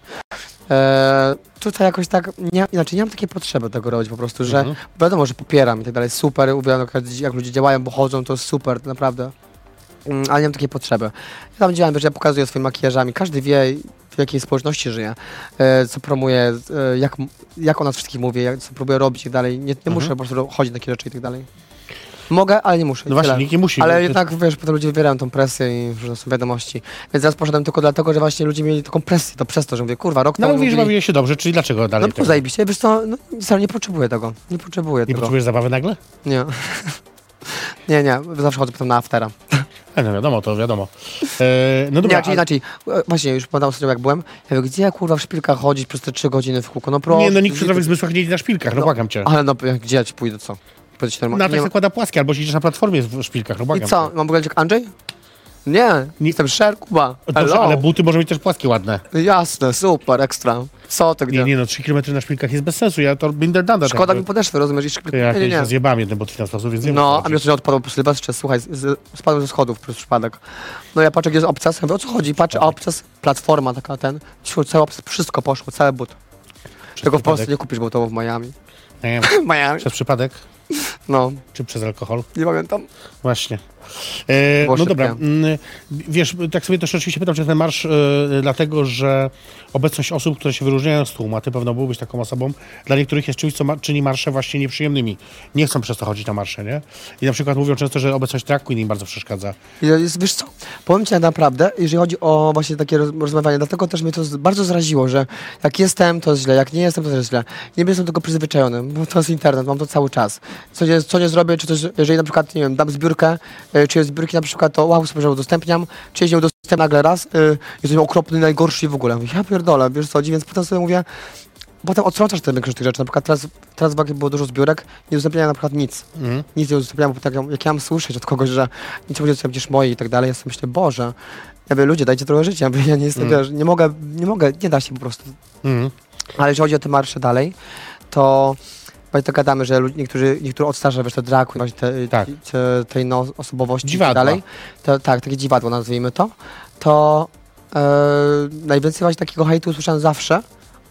[SPEAKER 3] E, tutaj jakoś tak, nie, inaczej nie mam takiej potrzeby tego robić po prostu, że
[SPEAKER 2] Mhm.
[SPEAKER 3] wiadomo, że popieram i tak dalej, super, uwielbiam jak, jak ludzie działają, bo chodzą, to jest super, naprawdę. Mm, ale nie mam takiej potrzeby. Ja tam działam, wiesz, ja pokazuję swoimi makijażami, każdy wie w jakiej społeczności żyję, e, co promuję, e, jak, jak o nas wszystkich mówię, jak, co próbuję robić i tak dalej. Nie, nie
[SPEAKER 2] Mhm.
[SPEAKER 3] muszę po prostu chodzić na takie rzeczy i tak dalej. Mogę, ale nie muszę. i
[SPEAKER 2] no właśnie,
[SPEAKER 3] tyle.
[SPEAKER 2] nikt nie musi.
[SPEAKER 3] Ale tak,
[SPEAKER 2] Ty-
[SPEAKER 3] jednak, wiesz, potem ludzie wybierają tą presję i różne są wiadomości. Więc teraz poszedłem tylko dlatego, że właśnie ludzie mieli taką presję, to przez to, że mówię, kurwa, rok
[SPEAKER 2] No
[SPEAKER 3] temu
[SPEAKER 2] mówisz, że
[SPEAKER 3] mówili,
[SPEAKER 2] bawiłeś się dobrze, czyli dlaczego dalej
[SPEAKER 3] no
[SPEAKER 2] tego?
[SPEAKER 3] było zajebiście, wiesz co, no, serio, nie potrzebuję tego, nie potrzebuję
[SPEAKER 2] Nie
[SPEAKER 3] tego.
[SPEAKER 2] potrzebujesz zabawy nagle?
[SPEAKER 3] Nie. nie, nie, zawsze chodzę potem na aftera.
[SPEAKER 2] A, no wiadomo, to wiadomo. E, no
[SPEAKER 3] Nie,
[SPEAKER 2] dobra,
[SPEAKER 3] inaczej, inaczej, E, właśnie, już pamiętam ostatnio jak byłem, ja mówię, gdzie ja kurwa w szpilkach chodzić przez te trzy godziny w kółko, no
[SPEAKER 2] a,
[SPEAKER 3] proszę.
[SPEAKER 2] nie, no nikt przy
[SPEAKER 3] gdzie-
[SPEAKER 2] zdrowych zmysłach nie idzie na szpilkach, no błagam cię.
[SPEAKER 3] Ale no, jak- gdzie ja ci pójdę, co? Powiedz ci
[SPEAKER 2] Na
[SPEAKER 3] normalnie.
[SPEAKER 2] tak
[SPEAKER 3] Nie ma-
[SPEAKER 2] zakłada płaskie, albo siedzisz na platformie w szpilkach, no
[SPEAKER 3] I
[SPEAKER 2] błagam
[SPEAKER 3] co,
[SPEAKER 2] cię.
[SPEAKER 3] mam wyglądać jak Andrzej? Nie,
[SPEAKER 2] Nie-
[SPEAKER 3] jestem szer, Kuba,
[SPEAKER 2] No Dobrze,
[SPEAKER 3] Hello.
[SPEAKER 2] ale buty może mieć też płaskie, ładne.
[SPEAKER 3] Jasne, super, ekstra. Co ty, gdzie?
[SPEAKER 2] Nie, nie, no 3 km na szpilkach jest bez sensu, ja to binder danda. tak,
[SPEAKER 3] Szkoda mi podeszwy, rozumiesz? I szybko,
[SPEAKER 2] Ja
[SPEAKER 3] nie, nie,
[SPEAKER 2] kiedyś
[SPEAKER 3] nie.
[SPEAKER 2] zjebałem jeden bot na sposób, więc nie wiem, co
[SPEAKER 3] No, a
[SPEAKER 2] chodzi.
[SPEAKER 3] mi ostatnio odpadł po prostu sylwestrze, słuchaj, z, z, spadłem ze schodów przez przypadek. No ja patrzę, gdzie jest obcas, ja mówię, o co chodzi? Patrzę, a obcas, platforma taka, ten, ciu, cały obcas, wszystko poszło, cały but. Tego w Polsce nie kupisz, bo to w Miami.
[SPEAKER 2] Nie,
[SPEAKER 3] W Miami,
[SPEAKER 2] przez przypadek,
[SPEAKER 3] no,
[SPEAKER 2] czy przez alkohol.
[SPEAKER 3] nie pamiętam.
[SPEAKER 2] Właśnie. E,
[SPEAKER 3] Było
[SPEAKER 2] no dobra,
[SPEAKER 3] szybkie.
[SPEAKER 2] mm, wiesz, tak sobie też oczywiście pytam, czy ten marsz, e, dlatego że obecność osób, które się wyróżniają z tłumu, a ty pewno byłbyś taką osobą, dla niektórych jest czymś, co ma, czyni marsze właśnie nieprzyjemnymi. Nie chcą przez to chodzić na marsze, nie? I na przykład mówią często, że obecność drag queen im bardzo przeszkadza.
[SPEAKER 3] I Jest, wiesz co, powiem ci tak naprawdę, jeżeli chodzi o właśnie takie roz, rozmawianie, dlatego też mnie to z, bardzo zraziło, że jak jestem, to jest źle, jak nie jestem, to też jest źle. Nie jestem do tego przyzwyczajony, bo to jest internet, mam to cały czas. Co nie, co nie zrobię, czy też, jeżeli na przykład, nie wiem, dam zbiórkę, y, czy jest zbiórki na przykład, to wow, super, że udostępniam, czy jeśli udostępniam nagle raz, y, jesteśmy okropny, najgorszy w ogóle. Mówię, Ja pierdolę, wiesz co, chodzi, więc potem sobie mówię, potem odsączasz ten większość tych rzeczy. Na przykład teraz, teraz w Wagie było dużo zbiórek, nie udostępniałem na przykład nic. Nic nie udostępniałem, bo tak, jak- jak ja mam słyszeć od kogoś, że nic nie udostępnisz moje i tak dalej, ja sobie myślę, Boże, ja mówię, ludzie, dajcie trochę życia, ja, mówię, ja nie jestem,
[SPEAKER 2] Mm.
[SPEAKER 3] wiesz, nie mogę, nie mogę, nie da się po prostu.
[SPEAKER 2] Mhm.
[SPEAKER 3] Ale jeżeli chodzi o te marsze dalej, to pamiętaj, gadamy, że lu- niektórzy, niektórzy odstarza, wiesz, te draku, właśnie te,
[SPEAKER 2] Tak.
[SPEAKER 3] te, tej no, osobowości i
[SPEAKER 2] Dziwadła.
[SPEAKER 3] tak dalej. To, tak, takie dziwadło nazwijmy to. To e, najwięcej właśnie takiego hejtu słyszałem zawsze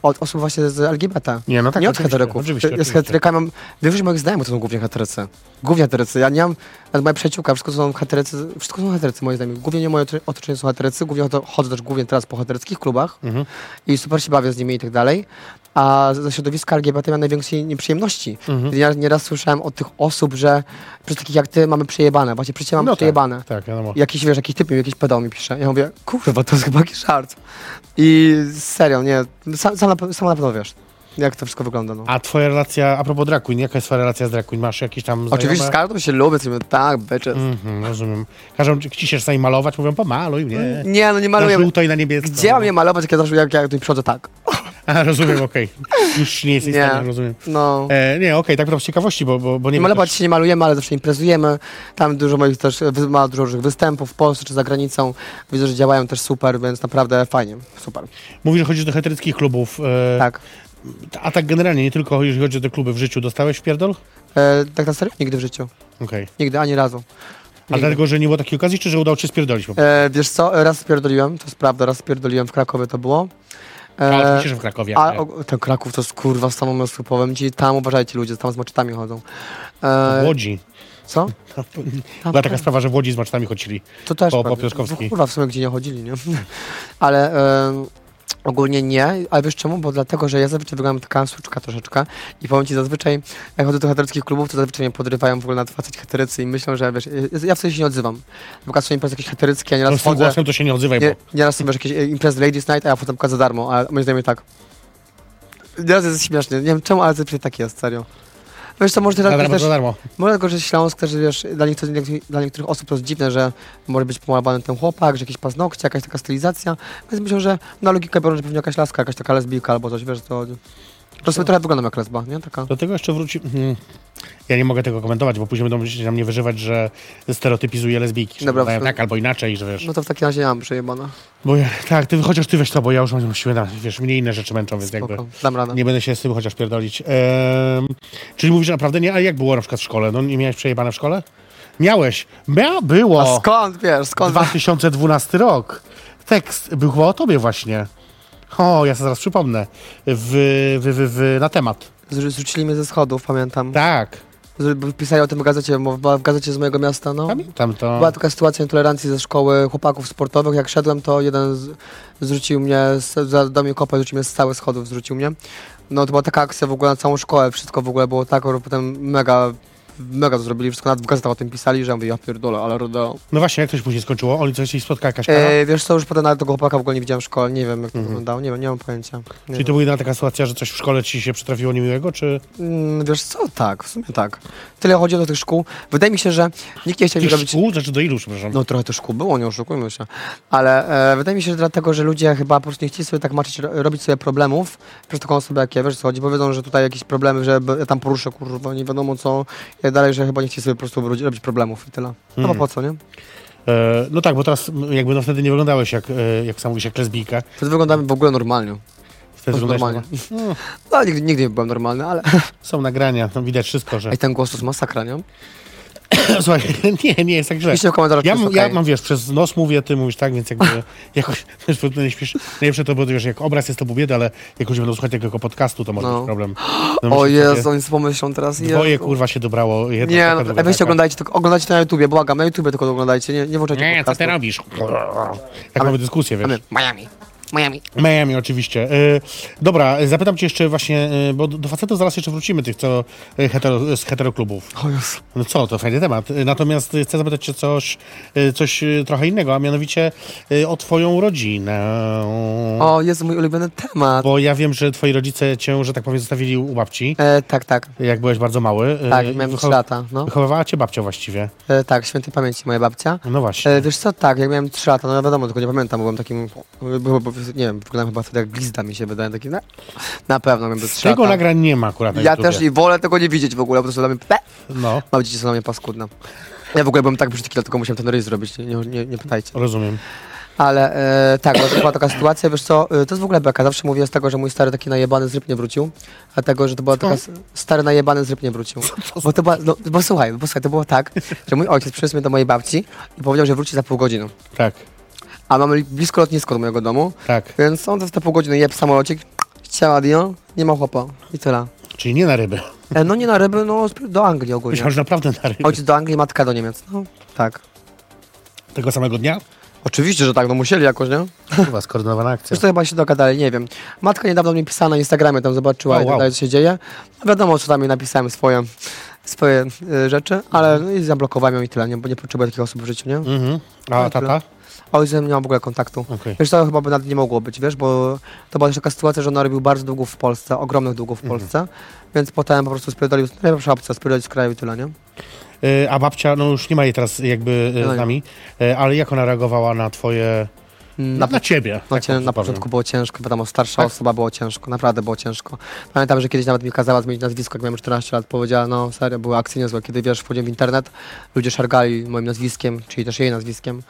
[SPEAKER 3] od osób właśnie z LGBT.
[SPEAKER 2] Nie, no tak,
[SPEAKER 3] Nie od
[SPEAKER 2] oczywiście,
[SPEAKER 3] heteryków.
[SPEAKER 2] oczywiście,
[SPEAKER 3] Ja z
[SPEAKER 2] oczywiście.
[SPEAKER 3] heterykami mam, większość moich znajomych to są głównie heterycy. Głównie heterycy. Ja nie mam, nawet moja przyjaciółka, wszystko są heterycy, wszystko są heterycy moje znajomych. Głównie nie moje otocze- otoczenie są heterycy, głównie to, chodzę też głównie teraz po heteryckich klubach
[SPEAKER 2] Mhm.
[SPEAKER 3] i super się bawię z nimi i tak dalej. A ze środowiska LGBT miałem największej nieprzyjemności.
[SPEAKER 2] Mhm.
[SPEAKER 3] Ja nieraz słyszałem od tych osób, że przez takich jak ty mamy przejebane. Właśnie przecież ja mam
[SPEAKER 2] no
[SPEAKER 3] przejebane.
[SPEAKER 2] tak, tak, wiadomo.
[SPEAKER 3] Jakiś, wiesz, jakiś typ mi, jakiś pedał mi pisze. Ja mówię, kurwa, to jest chyba jakiś żart. I serio, nie, sam, sam, na, sam na pewno wiesz, jak to wszystko wygląda, no.
[SPEAKER 2] A twoja relacja, a propos drag queen, jaka jest twoja relacja z drag queen? Masz jakiś tam
[SPEAKER 3] Oczywiście z
[SPEAKER 2] znajome?
[SPEAKER 3] kartą się lubię, sobie, tak, bitches.
[SPEAKER 2] Mhm, rozumiem. Każą, czy chcesz sobie malować? Mówią, pomaluj, nie.
[SPEAKER 3] Nie, no nie
[SPEAKER 2] Na
[SPEAKER 3] maluję.
[SPEAKER 2] żółto i na niebieskie.
[SPEAKER 3] Gdzie mam je malować, jak ja zawsze, jak, jak tu przychodzę, tak.
[SPEAKER 2] A, rozumiem, okej. Już nie jesteś w
[SPEAKER 3] Nie.
[SPEAKER 2] stanie, rozumiem.
[SPEAKER 3] No.
[SPEAKER 2] E, nie, okej, tak pytam z ciekawości, bo, bo, bo nie
[SPEAKER 3] Nie
[SPEAKER 2] wiem
[SPEAKER 3] malować
[SPEAKER 2] też.
[SPEAKER 3] się nie malujemy, ale zawsze imprezujemy. Tam dużo moich też, e, wy- ma dużo różnych występów w Polsce czy za granicą. Widzę, że działają też super, więc naprawdę fajnie, super.
[SPEAKER 2] Mówisz, że chodzisz do heteryckich klubów. E,
[SPEAKER 3] Tak.
[SPEAKER 2] A tak generalnie, nie tylko jeżeli chodzi o te kluby w życiu, dostałeś w pierdol?
[SPEAKER 3] E, tak na serio? Nigdy w życiu.
[SPEAKER 2] Okej.
[SPEAKER 3] Nigdy, ani razu.
[SPEAKER 2] A dlatego, że nie było takiej okazji, czy że udało ci się spierdolić? po prostu?
[SPEAKER 3] E, wiesz co, raz spierdoliłem, to jest prawda, raz spierdoliłem w Krakowie to było. E,
[SPEAKER 2] A oczywiście, że w Krakowie. e,
[SPEAKER 3] A
[SPEAKER 2] nie.
[SPEAKER 3] o, ten Kraków to jest kurwa samomysł, powiem ci, tam uważajcie ludzie, tam z moczytami chodzą.
[SPEAKER 2] w
[SPEAKER 3] E,
[SPEAKER 2] Łodzi.
[SPEAKER 3] co? No
[SPEAKER 2] Była
[SPEAKER 3] tak.
[SPEAKER 2] taka sprawa, że w Łodzi z macztami chodzili.
[SPEAKER 3] To też
[SPEAKER 2] Po- po
[SPEAKER 3] prawda.
[SPEAKER 2] Piotrkowskiej.
[SPEAKER 3] No, kurwa, w sumie gdzie nie chodzili, nie? Ale em, ogólnie nie. Ale wiesz czemu? Bo dlatego, że ja zazwyczaj wyglądam taka suczka troszeczkę i powiem ci, zazwyczaj jak chodzę do heteryckich klubów, to zazwyczaj mnie podrywają w ogóle na 20 heterycy i myślą, że wiesz, ja- ja wtedy się nie odzywam. Pokazuję są imprezy jakieś heteryckie, a
[SPEAKER 2] No
[SPEAKER 3] nieraz
[SPEAKER 2] z tym
[SPEAKER 3] chodzę...
[SPEAKER 2] głosem to się nie odzywaj,
[SPEAKER 3] Nie,
[SPEAKER 2] bo...
[SPEAKER 3] nieraz są wiesz, jakieś e, imprezy Ladies Night, a ja potem pokażę za darmo, ale moim zdaniem tak. Nieraz jest śmiesznie, nie wiem czemu, ale zazwyczaj tak jest, serio. Wiesz co, może
[SPEAKER 2] Za
[SPEAKER 3] teraz
[SPEAKER 2] darmo,
[SPEAKER 3] też...
[SPEAKER 2] za darmo.
[SPEAKER 3] Może tylko, że Śląsk też, wiesz, dla niektórych, dla niektórych osób to jest dziwne, że może być pomalowany ten chłopak, że jakieś paznokcie, jakaś taka stylizacja, więc myślę, że na logikę biorą, że pewnie jakaś laska, jakaś taka lesbijka albo coś, wiesz, o co chodzi. Rozumiem, trochę wyglądam jak lesba, nie? Taka.
[SPEAKER 2] Do tego jeszcze wróci. mhm. Ja nie mogę tego komentować, bo później będą się na mnie wyżywać, że stereotypizuję lesbijki. Że
[SPEAKER 3] Dobra,
[SPEAKER 2] wyglądają
[SPEAKER 3] w-
[SPEAKER 2] tak albo inaczej, że wiesz.
[SPEAKER 3] No to w takim razie ja mam przejebane.
[SPEAKER 2] Bo ja, tak, ty, chociaż ty weź to, bo ja już mam siłę na, wiesz, mnie inne rzeczy męczą, więc jakby
[SPEAKER 3] Spoko, no. dam radę.
[SPEAKER 2] nie będę się z tym chociaż pierdolić. Ehm, czyli mówisz, że naprawdę nie, a jak było na przykład w szkole? No nie miałeś przejebane w szkole? Miałeś. Mia
[SPEAKER 3] A
[SPEAKER 2] było.
[SPEAKER 3] skąd, wiesz, skąd?
[SPEAKER 2] 2012 rok. Tekst był chyba o tobie właśnie. O, ja sobie zaraz przypomnę. W, w, w, w, na temat.
[SPEAKER 3] Zrzu- Zrzucili mnie ze schodów, pamiętam.
[SPEAKER 2] Tak,
[SPEAKER 3] Zr- Pisali o tym w gazecie, bo była w gazecie z mojego miasta, no.
[SPEAKER 2] pamiętam to.
[SPEAKER 3] Była taka sytuacja nietolerancji ze szkoły chłopaków sportowych. Jak szedłem, to jeden z, zrzucił mnie, z, za, dał mi kopę, zrzucił mnie z całych schodów, zrzucił mnie. No to była taka akcja w ogóle na całą szkołę, wszystko w ogóle było tak, że potem mega, mega to zrobili, wszystko nawet w gazetach o tym pisali, że ja mówię, ja pierdolę, ale rodeo.
[SPEAKER 2] No właśnie, jak to się później skończyło? Oni coś się spotkała jakaś kara?
[SPEAKER 3] E, wiesz co, już potem nawet tego chłopaka w ogóle nie widziałem w szkole, nie wiem jak to wyglądało, nie wiem, nie mam pojęcia. Nie
[SPEAKER 2] Mhm. Czyli to była jedna taka sytuacja, że coś w szkole ci się przytrafiło niemiłego, czy...
[SPEAKER 3] Mm, Wiesz co, tak, w sumie tak. Tyle chodzi do tych szkół. Wydaje mi się, że nikt nie chciał mi
[SPEAKER 2] Tych
[SPEAKER 3] robić...
[SPEAKER 2] szkół? Znaczy do ilu, przepraszam?
[SPEAKER 3] No trochę to szkół było, nie oszukujmy się. Ale e, wydaje mi się, że dlatego, że ludzie chyba po prostu nie chcieli sobie tak maczyć, ro- robić sobie problemów przez taką osobę jak ja, wiesz o co chodzi, bo wiedzą, że tutaj jakieś problemy, że b- ja tam poruszę, kurwa, nie wiadomo co i tak dalej, że chyba nie chcieli sobie po prostu rodzi- robić problemów i tyle. No bo
[SPEAKER 2] Hmm.
[SPEAKER 3] po co, nie?
[SPEAKER 2] E, no tak, bo teraz m, jakby no wtedy nie wyglądałeś jak, e, jak sam mówisz, jak lesbijka.
[SPEAKER 3] Wtedy wyglądamy w ogóle normalnie.
[SPEAKER 2] Wtedy
[SPEAKER 3] No,
[SPEAKER 2] wyglądałeś...
[SPEAKER 3] normalnie.
[SPEAKER 2] No,
[SPEAKER 3] No nigdy, nigdy nie byłem normalny, ale...
[SPEAKER 2] są nagrania, tam widać wszystko, że...
[SPEAKER 3] Ej, ten głos to jest masakra,
[SPEAKER 2] Tak.
[SPEAKER 3] nie?
[SPEAKER 2] Słuchaj, nie, nie jest tak źle.
[SPEAKER 3] Piszcie w komentarzach,
[SPEAKER 2] Ja,
[SPEAKER 3] czy
[SPEAKER 2] mam-
[SPEAKER 3] jest
[SPEAKER 2] ja
[SPEAKER 3] okej.
[SPEAKER 2] mam, wiesz, przez nos mówię, ty mówisz tak, więc jakby jakoś wiesz, to nie śpiesz. Najlepsze to było, wiesz, jak obraz jest to był bieda, ale jak ludzie będą słuchać takiego podcastu, to może
[SPEAKER 3] No.
[SPEAKER 2] być problem.
[SPEAKER 3] O
[SPEAKER 2] myślę sobie,
[SPEAKER 3] Jezu, oni sobie pomyślą teraz.
[SPEAKER 2] Dwoje,
[SPEAKER 3] Jezu.
[SPEAKER 2] kurwa, się dobrało. Jedna
[SPEAKER 3] Nie,
[SPEAKER 2] taka,
[SPEAKER 3] no,
[SPEAKER 2] druga
[SPEAKER 3] ej, weźcie
[SPEAKER 2] taka.
[SPEAKER 3] oglądajcie, tylko oglądajcie to na YouTubie, błagam, na YouTubie tylko to oglądajcie, nie, nie włączajcie
[SPEAKER 2] Nie, co
[SPEAKER 3] podcastu.
[SPEAKER 2] ty robisz? Jak mamy dyskusję, wiesz.
[SPEAKER 3] A my, Miami, Miami.
[SPEAKER 2] Miami oczywiście. E, dobra, e, zapytam cię jeszcze właśnie, e, bo do do facetów zaraz jeszcze wrócimy, tych co e, hetero, z heteroklubów.
[SPEAKER 3] O Jezu.
[SPEAKER 2] No co, to fajny temat. E, Natomiast e, chcę zapytać cię coś, e, coś e, trochę innego, a mianowicie e, o twoją rodzinę.
[SPEAKER 3] O Jezu, mój ulubiony temat.
[SPEAKER 2] Bo ja wiem, że twoi rodzice cię, że tak powiem, zostawili u babci,
[SPEAKER 3] E, tak, tak,
[SPEAKER 2] jak byłeś bardzo mały. E,
[SPEAKER 3] tak, miałem
[SPEAKER 2] wycho-
[SPEAKER 3] 3 lata, no.
[SPEAKER 2] Wychowywała cię babcia właściwie.
[SPEAKER 3] E, tak, świętej pamięci moja babcia.
[SPEAKER 2] No właśnie.
[SPEAKER 3] E, wiesz co, tak, jak miałem 3 lata, no wiadomo, tylko nie pamiętam, bo byłem takim, bo, bo, bo, nie wiem, wyglądałem chyba wtedy jak glizda mi się wydaje, taki, na, na pewno miałem 3
[SPEAKER 2] Tego
[SPEAKER 3] lata.
[SPEAKER 2] nagrań nie ma akurat na
[SPEAKER 3] Ja
[SPEAKER 2] YouTubie.
[SPEAKER 3] też i wolę tego nie widzieć w ogóle, po prostu dla mnie, pe,
[SPEAKER 2] No,
[SPEAKER 3] mam dzieci są dla mnie paskudne. Ja w ogóle byłem tak brzydki, dlatego musiałem ten rejs zrobić, nie, nie, nie, nie pytajcie.
[SPEAKER 2] rozumiem.
[SPEAKER 3] Ale e, tak, no, to była taka sytuacja, wiesz co, e, to jest w ogóle beka. Zawsze mówię z tego, że mój stary taki najebany zryb nie wrócił, a tego, że to była taka s- stary najebany zryb nie wrócił. Bo to była, no, bo słuchaj, bo słuchaj, to było tak, że mój ojciec przyniósł mnie do mojej babci i powiedział, że wróci za pół godziny.
[SPEAKER 2] Tak,
[SPEAKER 3] A mamy li- blisko lotnisko do mojego domu,
[SPEAKER 2] tak. więc
[SPEAKER 3] więc on to w te pół godziny jeb samolocik, ciała dio, nie ma chłopa i tyle.
[SPEAKER 2] Czyli nie na ryby.
[SPEAKER 3] E, no nie na ryby, no sp- do Anglii ogólnie.
[SPEAKER 2] Myślałem, że naprawdę na ryby.
[SPEAKER 3] Ojciec do Anglii, matka do Niemiec, no tak.
[SPEAKER 2] Tego samego dnia?
[SPEAKER 3] Oczywiście, że tak, no musieli jakoś, nie?
[SPEAKER 2] Chyba skoordynowana akcja.
[SPEAKER 3] Już to chyba się dogadali, nie wiem. Matka niedawno mi pisała na Instagramie, tam zobaczyła
[SPEAKER 2] O,
[SPEAKER 3] i tak
[SPEAKER 2] wow.
[SPEAKER 3] dalej, co się dzieje. No wiadomo, co tam jej napisałem swoje, swoje y, rzeczy, ale no, i zablokowałem ją i tyle, nie, bo nie potrzebuję takich osób w życiu, nie?
[SPEAKER 2] Mhm.
[SPEAKER 3] Tak,
[SPEAKER 2] A tata?
[SPEAKER 3] Ojcem nie mam w ogóle kontaktu.
[SPEAKER 2] Okej.
[SPEAKER 3] Wiesz, to chyba by nawet nie mogło być, wiesz, bo to była też taka sytuacja, że on robił bardzo długów w Polsce, ogromnych długów
[SPEAKER 2] Mhm.
[SPEAKER 3] w Polsce, więc potem po prostu spierdolił, najlepsza opcja, spierdolił z kraju i tyle, nie?
[SPEAKER 2] Y, A babcia, no już nie ma jej teraz jakby y,
[SPEAKER 3] No
[SPEAKER 2] z
[SPEAKER 3] nie.
[SPEAKER 2] nami, y, ale jak ona reagowała na twoje...
[SPEAKER 3] Mm,
[SPEAKER 2] Na, na ciebie.
[SPEAKER 3] No,
[SPEAKER 2] tak
[SPEAKER 3] cię, na
[SPEAKER 2] powiem.
[SPEAKER 3] początku było ciężko, wiadomo, starsza osoba było ciężko, naprawdę było ciężko. Pamiętam, że kiedyś nawet mi kazała zmienić nazwisko, jak miałem 14 lat, powiedziała, no serio, były akcje niezłe. Kiedy wiesz, wchodziłem w internet, ludzie szargali moim nazwiskiem, czyli też jej nazwiskiem.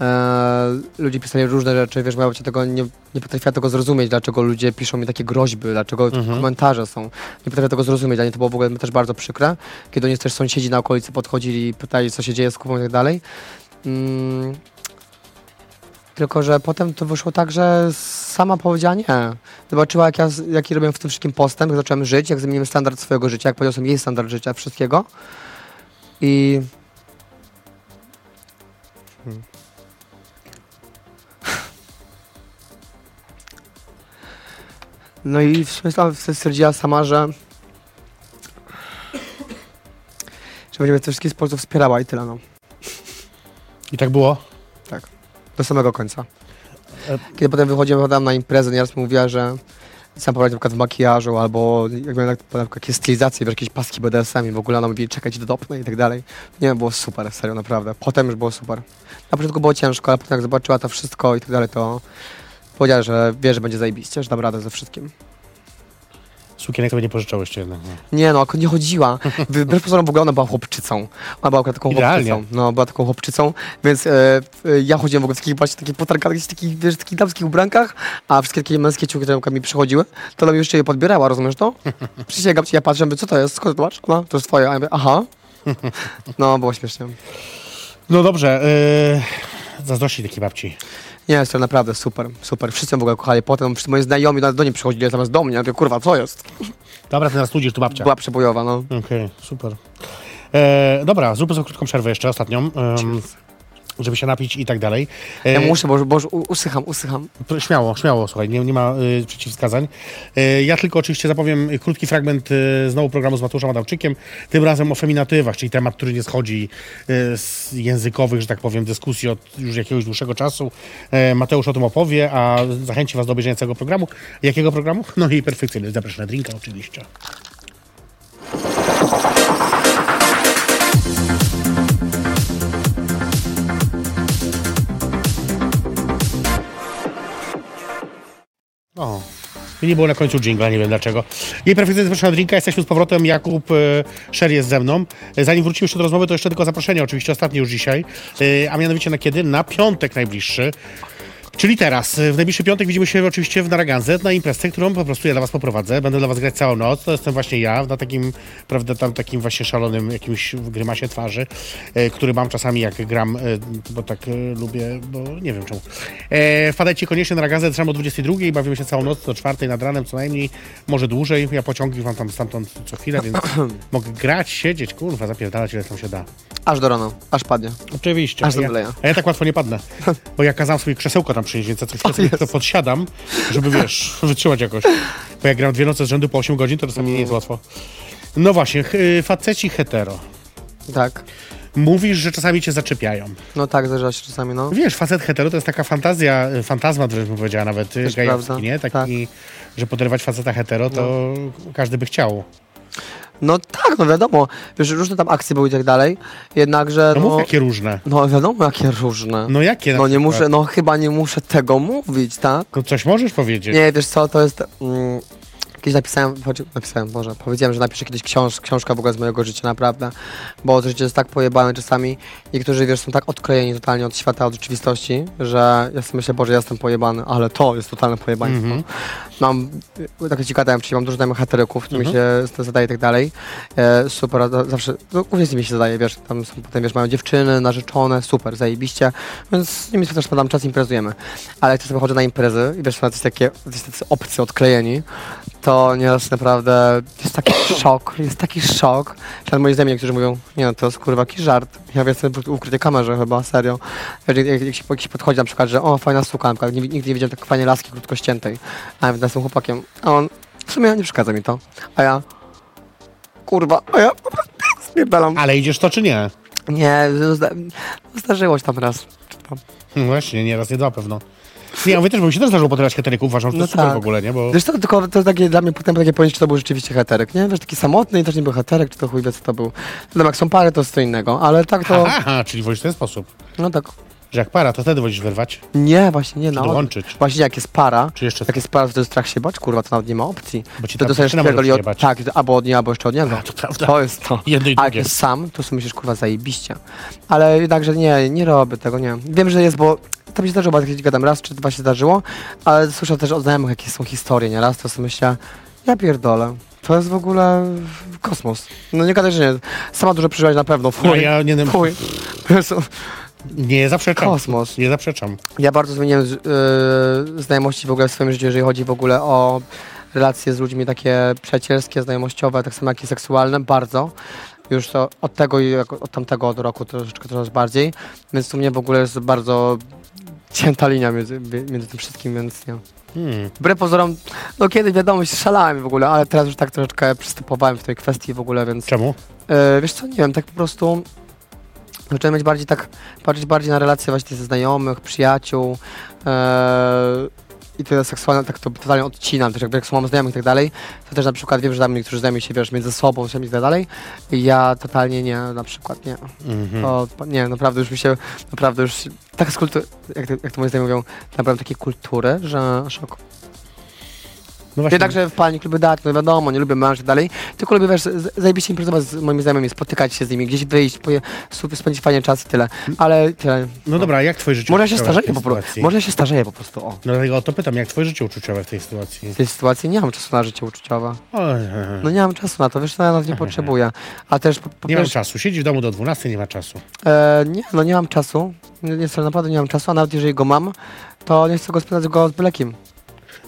[SPEAKER 3] Eee, ludzie pisali różne rzeczy, wiesz, moja babcia tego nie, nie potrafiła tego zrozumieć, dlaczego ludzie piszą mi takie groźby, dlaczego komentarze są. Nie potrafię tego zrozumieć, dla niej to było w ogóle też bardzo przykre, kiedy oni też sąsiedzi na okolicy podchodzili i pytali, co się dzieje z Kubą i tak dalej. Mm, tylko, że potem to wyszło tak, że sama powiedziała nie. Zobaczyła, jak ja, z- jaki robiłem w tym wszystkim postęp, jak zacząłem żyć, jak zmieniłem standard swojego życia, jak podniosłem jej standard życia, wszystkiego. I... Hmm. No i w sumie sama- stwierdziła sama, że... że będzie mnie w ten wszystkich sposób wspierała i tyle, no.
[SPEAKER 2] I tak było?
[SPEAKER 3] Do samego końca.
[SPEAKER 2] E-
[SPEAKER 3] Kiedy potem wychodziłem potem na imprezę, nieraz mi mówiła, że sam pobrać na przykład w makijażu, albo jak miałem na na przykład jakieś stylizacje, wiesz, jakieś paski BDSM-i, w ogóle ona mówi, czekać do dopnę i tak dalej. Nie wiem, było super, serio, naprawdę. Potem już było super. Na początku było ciężko, ale potem jak zobaczyła to wszystko i tak dalej, to powiedziała, że wie, że będzie zajebiście, że dam radę ze wszystkim.
[SPEAKER 2] Sukienek sobie nie pożyczałyście jednak. No.
[SPEAKER 3] Nie no, nie chodziła. Wbrew pozorom w ogóle ona była chłopczycą. Ona była akurat taką
[SPEAKER 2] Idealnie.
[SPEAKER 3] chłopczycą. No, była taką chłopczycą, więc e, e, ja chodziłem w ogóle w takich właśnie takich potarkach, jakichś takich, wiesz, takich damskich ubrankach, a wszystkie takie męskie ciuchy, które mi przychodziły, to ona mi jeszcze je podbierała, rozumiesz to? Przysięgam ci, ja patrzę, mówię, co to jest, skąd to masz? Ona, to jest twoje. A ja mówię, aha. No, było śmiesznie.
[SPEAKER 2] No dobrze, yy, zazdrości takiej babci.
[SPEAKER 3] Nie, jest to naprawdę super, super. Wszyscy ją w ogóle kochali. Potem wszyscy moi znajomi nawet do niej przychodzili, zamiast do mnie. Ja mówię, kurwa, co jest?
[SPEAKER 2] Dobra, teraz tudzisz tu babcia.
[SPEAKER 3] Była przebojowa, no.
[SPEAKER 2] Okej, super. E, dobra, zróbmy sobie krótką przerwę jeszcze, ostatnią, em, żeby się napić i tak dalej. E,
[SPEAKER 3] Ja muszę, bo, już- bo już u- usycham, usycham.
[SPEAKER 2] pr- Śmiało, śmiało, słuchaj, nie, nie ma y, przeciwwskazań. E, ja tylko oczywiście zapowiem y, krótki fragment y, znowu programu z Mateuszem Adamczykiem, tym razem o feminatywach, czyli temat, który nie schodzi y, z językowych, że tak powiem, dyskusji od już jakiegoś dłuższego czasu. E, Mateusz o tym opowie, a zachęci was do obejrzenia całego programu. Jakiego programu? No i perfekcyjny, zapraszam na drinka oczywiście. O. I nie było na końcu jingla, nie wiem dlaczego. Jej perfekcyjny zapraszam na drinka, jesteśmy z powrotem, Jakub e, Szer jest ze mną. E, zanim wrócimy jeszcze do rozmowy, to jeszcze tylko zaproszenie, oczywiście ostatnie już dzisiaj, e, a mianowicie na kiedy? Na piątek najbliższy. Czyli teraz, e, w najbliższy piątek widzimy się oczywiście w Naraganze na imprezce, którą po prostu ja dla was poprowadzę. Będę dla was grać całą noc, to jestem właśnie ja, na takim, prawda, tam takim właśnie szalonym jakimś grymasie twarzy, e, który mam czasami jak gram, e, bo tak e, lubię, bo nie wiem czemu. E, wpadajcie koniecznie na Ragazę, zaczynamy o 22, bawimy się całą noc do czwartej nad ranem co najmniej, może dłużej, ja pociągi wam tam stamtąd co chwilę, więc mogę grać, siedzieć, kurwa, zapierdalać ile tam się da.
[SPEAKER 3] Aż do rana, aż padnie.
[SPEAKER 2] Oczywiście.
[SPEAKER 3] Aż
[SPEAKER 2] a ja,
[SPEAKER 3] zemdleję.
[SPEAKER 2] a ja tak łatwo nie padnę, bo ja kazałem sobie krzesełko tam przynieść, więc ja coś sobie
[SPEAKER 3] Jezu.
[SPEAKER 2] to podsiadam, żeby wiesz, wytrzymać jakoś. Bo jak gram dwie noce z rzędu po 8 godzin, to czasami
[SPEAKER 3] Mm.
[SPEAKER 2] nie jest łatwo. No właśnie, ch- y, faceci hetero.
[SPEAKER 3] Tak.
[SPEAKER 2] Mówisz, że czasami cię zaczepiają.
[SPEAKER 3] No tak, zdarza się czasami, no.
[SPEAKER 2] Wiesz, facet hetero to jest taka fantazja, y, fantazmat, bym powiedziała nawet, y,
[SPEAKER 3] Też
[SPEAKER 2] gejowski,
[SPEAKER 3] prawda. Tak.
[SPEAKER 2] nie? Taki, że poderwać faceta hetero, to każdy by chciał.
[SPEAKER 3] No tak, no wiadomo, wiesz, różne tam akcje były i tak dalej, jednakże,
[SPEAKER 2] No,
[SPEAKER 3] no,
[SPEAKER 2] mów jakie różne.
[SPEAKER 3] no wiadomo jakie różne.
[SPEAKER 2] No jakie na
[SPEAKER 3] No nie
[SPEAKER 2] przykład?
[SPEAKER 3] muszę, no chyba nie muszę tego mówić, tak?
[SPEAKER 2] No coś możesz powiedzieć?
[SPEAKER 3] Nie, wiesz co, to jest... Mm, Kiedyś napisałem, chodzi- napisałem, Boże, powiedziałem, że napiszę kiedyś książ, książkę w ogóle z mojego życia, naprawdę, bo to życie jest tak pojebane czasami, niektórzy, wiesz, są tak odklejeni totalnie od świata, od rzeczywistości, że ja sobie myślę, Boże, ja jestem pojebany, ale to jest totalne pojebaństwo.
[SPEAKER 2] Mhm.
[SPEAKER 3] Mam, y, tak jak ci gadałem, czyli mam dużo tam heteryków, którymi się zadaje i tak dalej, e, super, a to zawsze, no, głównie z nimi się zadaje, wiesz, tam są, potem, wiesz, mają dziewczyny, narzeczone, super, zajebiście, więc z nimi też spędzam czas, imprezujemy, ale jak czasem chodzę na imprezy i wiesz, są jacyś takie, jacyś tacy obcy, odklejeni, to nieraz naprawdę jest taki szok, jest taki szok. Że nawet moi znajomi, którzy mówią, nie no, to jest kurwa jakiś żart. Ja mówię, jestem ukryty kamerze chyba, serio. Wiesz, Jak, jak, jak, się, jak się podchodzi na przykład, że o, fajna suka, na przykład, nigdy, nigdy nie widziałem tak fajnej laski krótkościętej. A ja mówię, jestem chłopakiem, a on, w sumie nie przeszkadza mi to. A ja, kurwa, a ja spierdalam.
[SPEAKER 2] Ale idziesz to czy nie?
[SPEAKER 3] Nie, zda, zdarzyło się tam raz.
[SPEAKER 2] No Właśnie, nieraz nie dwa pewno. Nie, ja mówię też, bo mi się też zdarzyło potyrać heteryku, uważam, że to
[SPEAKER 3] No
[SPEAKER 2] super
[SPEAKER 3] tak.
[SPEAKER 2] w ogóle, nie? Bo
[SPEAKER 3] Wiesz co, tylko to takie dla mnie potem takie pojęcie, czy to był rzeczywiście heterek, nie? Wiesz, taki samotny i też nie był heterek, czy to chuj wie, co to był. Wiadomo, jak są pary, to jest co innego, ale tak to,
[SPEAKER 2] Aha, czyli wolisz w ten sposób,
[SPEAKER 3] no tak.
[SPEAKER 2] że jak para, to wtedy wolisz wyrwać.
[SPEAKER 3] Nie, właśnie nie, no.
[SPEAKER 2] dołączyć.
[SPEAKER 3] Właśnie jak jest para,
[SPEAKER 2] Czy jeszcze-
[SPEAKER 3] jak jest para, to jest strach się bać, kurwa, to nawet nie ma opcji.
[SPEAKER 2] Bo ci
[SPEAKER 3] to
[SPEAKER 2] ta
[SPEAKER 3] dostajesz
[SPEAKER 2] dziewczyna może
[SPEAKER 3] pierdoli od,
[SPEAKER 2] przyjebać.
[SPEAKER 3] tak, albo od niej, albo jeszcze od niego.
[SPEAKER 2] A, to prawda.
[SPEAKER 3] To jest to.
[SPEAKER 2] Jedno i
[SPEAKER 3] A jak
[SPEAKER 2] drugie.
[SPEAKER 3] jest sam, to sobie myślisz, kurwa, zajebiście. Ale jednakże nie, nie robię tego, nie. Wiem, że jest, bo to mi się zdarzyło, bo kiedyś gadam raz czy dwa się zdarzyło, ale słyszę też od znajomych, jakie są historie nieraz, to sobie myślę, ja pierdolę. To jest w ogóle kosmos. No nie gadaj, że nie. Sama dużo przeżyłaś na pewno. Fuj,
[SPEAKER 2] No, ja nie-
[SPEAKER 3] fuj. Jezu.
[SPEAKER 2] Nie zaprzeczam.
[SPEAKER 3] Kosmos.
[SPEAKER 2] Nie zaprzeczam.
[SPEAKER 3] Ja bardzo zmieniłem z- yy, znajomości w ogóle w swoim życiu, jeżeli chodzi w ogóle o relacje z ludźmi takie przyjacielskie, znajomościowe, tak samo jak i seksualne, bardzo. Już to od tego i jak- od tamtego od roku troszeczkę coraz bardziej, więc u mnie w ogóle jest bardzo cięta linia między, między tym wszystkim, więc nie.
[SPEAKER 2] Hmm.
[SPEAKER 3] Wbrew pozorom, no kiedy wiadomo, się szalałem w ogóle, ale teraz już tak troszeczkę przystępowałem w tej kwestii w ogóle, więc
[SPEAKER 2] Czemu?
[SPEAKER 3] E, wiesz co, nie wiem, tak po prostu zacząłem mieć bardziej tak, patrzeć bardziej na relacje właśnie ze znajomych, przyjaciół e, i tyle seksualne, tak to totalnie odcinam, też jakby jak mam znajomych i tak dalej, to też na przykład wiem, że tam niektórzy znajomi się, wiesz, między sobą, się i tak dalej i ja totalnie nie, na przykład nie,
[SPEAKER 2] Mhm.
[SPEAKER 3] to, nie, naprawdę już mi się, naprawdę już, tak z kultury, jak, to- jak to moi znajomi mówią, nabrałem takiej kultury, tak, że szok.
[SPEAKER 2] No właśnie.
[SPEAKER 3] Jednakże palnik lubię dać, no wiadomo, nie lubię mężczyzn dalej, tylko lubię, wiesz, z- zajebiście imprezować z moimi znajomymi, spotykać się z nimi, gdzieś wyjść, poje, su- spędzić fajnie czas i tyle. Ale tyle.
[SPEAKER 2] No dobra, jak twoje życie
[SPEAKER 3] Może ja się
[SPEAKER 2] uczuciowe w
[SPEAKER 3] starzeję
[SPEAKER 2] tej
[SPEAKER 3] po prostu.
[SPEAKER 2] sytuacji?
[SPEAKER 3] Może ja się starzeję po prostu, o.
[SPEAKER 2] No dlatego o to pytam, jak twoje życie uczuciowe w tej sytuacji?
[SPEAKER 3] W tej sytuacji nie mam czasu na życie uczuciowe.
[SPEAKER 2] Oj,
[SPEAKER 3] No nie mam czasu na to, wiesz, ja na to nie potrzebuję. A też po, po
[SPEAKER 2] nie mam
[SPEAKER 3] pierwsze,
[SPEAKER 2] czasu. Siedzi w domu do 12, nie ma czasu.
[SPEAKER 3] e, nie, no nie mam czasu. Nie, nie, serio, naprawdę nie mam czasu, a nawet jeżeli go mam, to nie chcę go spędzać go z byle kim.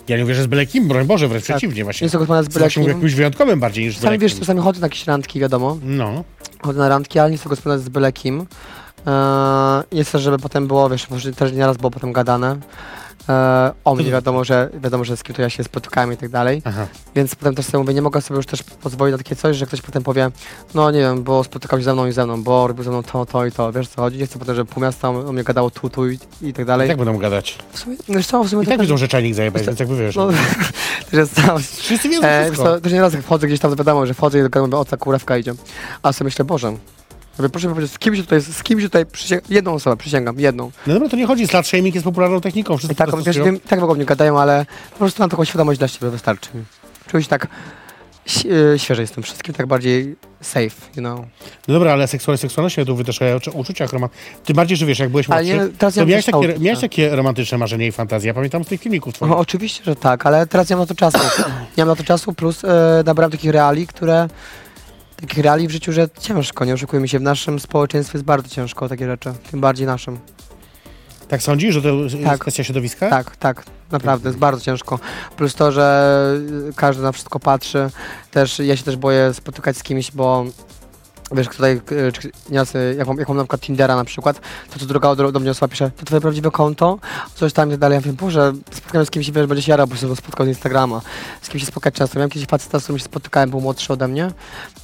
[SPEAKER 2] Ja nie mówię, że z byle kim, broń Boże, wręcz
[SPEAKER 3] Tak.
[SPEAKER 2] przeciwnie właśnie.
[SPEAKER 3] Nie chcę go spędzać z
[SPEAKER 2] Z
[SPEAKER 3] byle
[SPEAKER 2] jakimś
[SPEAKER 3] kim.
[SPEAKER 2] jakimś wyjątkowym bardziej niż z byle
[SPEAKER 3] Czasami wiesz,
[SPEAKER 2] kim.
[SPEAKER 3] czasami chodzę na jakieś randki, wiadomo.
[SPEAKER 2] No.
[SPEAKER 3] chodzę na randki, ale nie chcę go spędzać z byle kim. Eee, nie chcę, żeby potem było, wiesz, może też nieraz było potem gadane. Eee, o mnie wiadomo, że wiadomo, że z kim to ja się spotykam i tak dalej.
[SPEAKER 2] Aha.
[SPEAKER 3] Więc potem też sobie mówię, nie mogę sobie już też pozwolić na takie coś, że ktoś potem powie, no nie wiem, bo spotykał się ze mną i ze mną, bo robił ze mną to, to i to. Wiesz o co chodzi? Nie chcę potem, żeby pół miasta o mnie gadało tu, tu i, i tak
[SPEAKER 2] I
[SPEAKER 3] dalej.
[SPEAKER 2] tak będą gadać.
[SPEAKER 3] W sumie, wiesz co, w sumie
[SPEAKER 2] I
[SPEAKER 3] to
[SPEAKER 2] tak
[SPEAKER 3] też-
[SPEAKER 2] wiedzą, że czajnik zajebać, więc jakby wiesz.
[SPEAKER 3] no, też jest tam,
[SPEAKER 2] Wszyscy wiedzą
[SPEAKER 3] E, wiesz
[SPEAKER 2] wszystko.
[SPEAKER 3] co, też nieraz jak wchodzę gdzieś tam, to wiadomo, że wchodzę i tylko mówię, o ta kurewka idzie. A sobie myślę, Boże, mówię, proszę mi powiedzieć, z kim się tutaj, z kim się tutaj przysięgam, jedną osobę przysięgam, jedną.
[SPEAKER 2] No dobra, to nie chodzi. Slut shaming jest popularną techniką. Wszyscy
[SPEAKER 3] I tak,
[SPEAKER 2] to
[SPEAKER 3] wiesz,
[SPEAKER 2] stosują.
[SPEAKER 3] wiem, i tak w ogóle nie gadają, ale po prostu mam taką świadomość dla siebie, wystarczy mi. Czuję się tak ś- y, świeżej z tym wszystkim, tak bardziej safe, you know.
[SPEAKER 2] No dobra, ale seksualność, seksualność, ja tu mówię też o uczu- uczuciach romantycznych. Tym bardziej, że wiesz, jak byłeś
[SPEAKER 3] Ale
[SPEAKER 2] młodszy,
[SPEAKER 3] nie, teraz
[SPEAKER 2] to
[SPEAKER 3] ja
[SPEAKER 2] miałeś
[SPEAKER 3] myślałem,
[SPEAKER 2] takie, miałeś
[SPEAKER 3] tak.
[SPEAKER 2] takie romantyczne marzenie i fantazje. Ja pamiętam z tych filmików twoich.
[SPEAKER 3] No, oczywiście, że tak, ale teraz nie mam na to czasu. nie mam na to czasu, plus e, nabrałem takich reali, które... Takich reali w życiu, że ciężko, nie oszukujmy się, w naszym społeczeństwie jest bardzo ciężko o takie rzeczy, tym bardziej naszym.
[SPEAKER 2] Tak sądzisz, że to jest
[SPEAKER 3] Tak.
[SPEAKER 2] kwestia środowiska?
[SPEAKER 3] Tak, tak, naprawdę, jest bardzo ciężko. Plus to, że y, każdy na wszystko patrzy. Też ja się też boję spotykać z kimś, bo wiesz, tutaj y, czy- nieraz, y, jak mam, jak mam na przykład Tindera na przykład, to co druga do, do mnie osoba pisze, to twoje prawdziwe konto, coś tam i tak dalej. Ja wiem, Boże, spotkałem się z kimś i wiesz, będzie się jarał, bo się spotkał z Instagrama. Z kimś się spotkać często. Miałem kiedyś faceta, z którym się spotykałem, był młodszy ode mnie.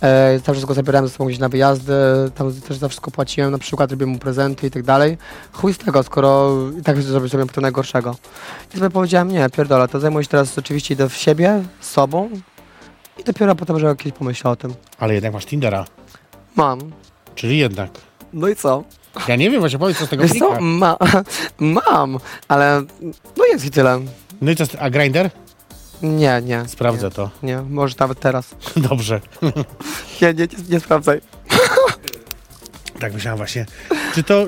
[SPEAKER 3] E, cały czas go zabierałem ze sobą gdzieś na wyjazdy, tam też za wszystko płaciłem, na przykład robiłem mu prezenty i tak dalej. Chuj z tego, skoro i tak zrobię sobie potem najgorszego. I sobie powiedziałem, nie, pierdolę, to zajmuję się teraz oczywiście idę w siebie, z sobą i dopiero potem, że kiedyś pomyślę o tym.
[SPEAKER 2] Ale jednak masz Tindera.
[SPEAKER 3] Mam.
[SPEAKER 2] Czyli jednak.
[SPEAKER 3] No i co?
[SPEAKER 2] Ja nie wiem, właśnie powiedz, co z tego
[SPEAKER 3] Wiesz co?
[SPEAKER 2] wynika.
[SPEAKER 3] Ma, mam, ale no jest i tyle.
[SPEAKER 2] No i co, z- a Grinder?
[SPEAKER 3] Nie, nie.
[SPEAKER 2] Sprawdzę to.
[SPEAKER 3] Nie, nie może nawet teraz.
[SPEAKER 2] Dobrze.
[SPEAKER 3] Nie, nie, nie, nie sprawdzaj.
[SPEAKER 2] Tak myślałem właśnie. Czy to...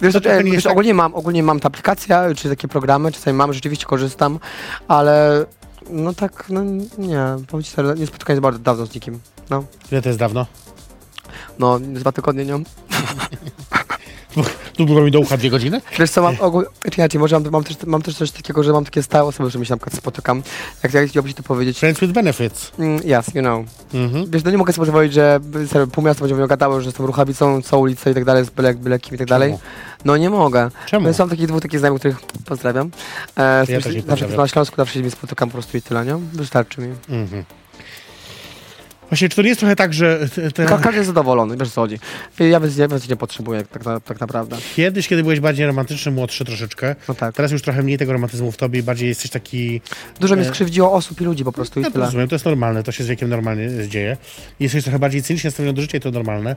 [SPEAKER 3] Wiesz,
[SPEAKER 2] To
[SPEAKER 3] to,
[SPEAKER 2] trochę nie
[SPEAKER 3] wiesz
[SPEAKER 2] jest tak-
[SPEAKER 3] ogólnie, mam, ogólnie mam tę aplikację, czy takie programy, czasami mam, rzeczywiście korzystam, ale no tak, no nie, powiem ci serio, nie spotkałem się bardzo dawno z nikim. No,
[SPEAKER 2] Ile to jest dawno?
[SPEAKER 3] no dwa tygodnie nie.
[SPEAKER 2] Tu było mi do ucha dwie godziny?
[SPEAKER 3] Wiesz co, mam ogólnie, inaczej, może mam, mam, też, mam też coś takiego, że mam takie stałe osoby, że mi się na przykład spotykam, jak, jak chciałbyś to powiedzieć.
[SPEAKER 2] Friends with benefits.
[SPEAKER 3] Mm, yes, you know.
[SPEAKER 2] Mhm.
[SPEAKER 3] Wiesz, no nie mogę sobie pozwolić, że serio, pół miasta będzie mnie gadało, że jestem ruchawicą, co ulicę i tak dalej, z byle, byle kim i tak dalej.
[SPEAKER 2] Czemu?
[SPEAKER 3] No nie mogę.
[SPEAKER 2] Czemu?
[SPEAKER 3] Więc mam takich dwóch takich znajomych, których pozdrawiam. E, z
[SPEAKER 2] Ja
[SPEAKER 3] którymi
[SPEAKER 2] też ich
[SPEAKER 3] zawsze
[SPEAKER 2] pozdrawiam.
[SPEAKER 3] na Śląsku zawsze się z nimi spotykam po prostu i tyle, nie? Wystarczy mi.
[SPEAKER 2] Mhm. Właśnie, czy to nie jest trochę tak, że... Te, te...
[SPEAKER 3] Ka- każdy jest zadowolony, wiesz o co chodzi. Ja więc, ja więc nie potrzebuję tak, na- tak naprawdę.
[SPEAKER 2] Kiedyś, kiedy byłeś bardziej romantyczny, młodszy troszeczkę,
[SPEAKER 3] No tak.
[SPEAKER 2] teraz już trochę mniej tego romantyzmu w tobie i bardziej jesteś taki...
[SPEAKER 3] Dużo mnie
[SPEAKER 2] E,
[SPEAKER 3] skrzywdziło osób i ludzi po prostu i
[SPEAKER 2] Ja to
[SPEAKER 3] tyle.
[SPEAKER 2] rozumiem, to jest normalne, to się z wiekiem normalnie dzieje. Jesteś trochę bardziej cynicznie nastawiony do życia i to normalne.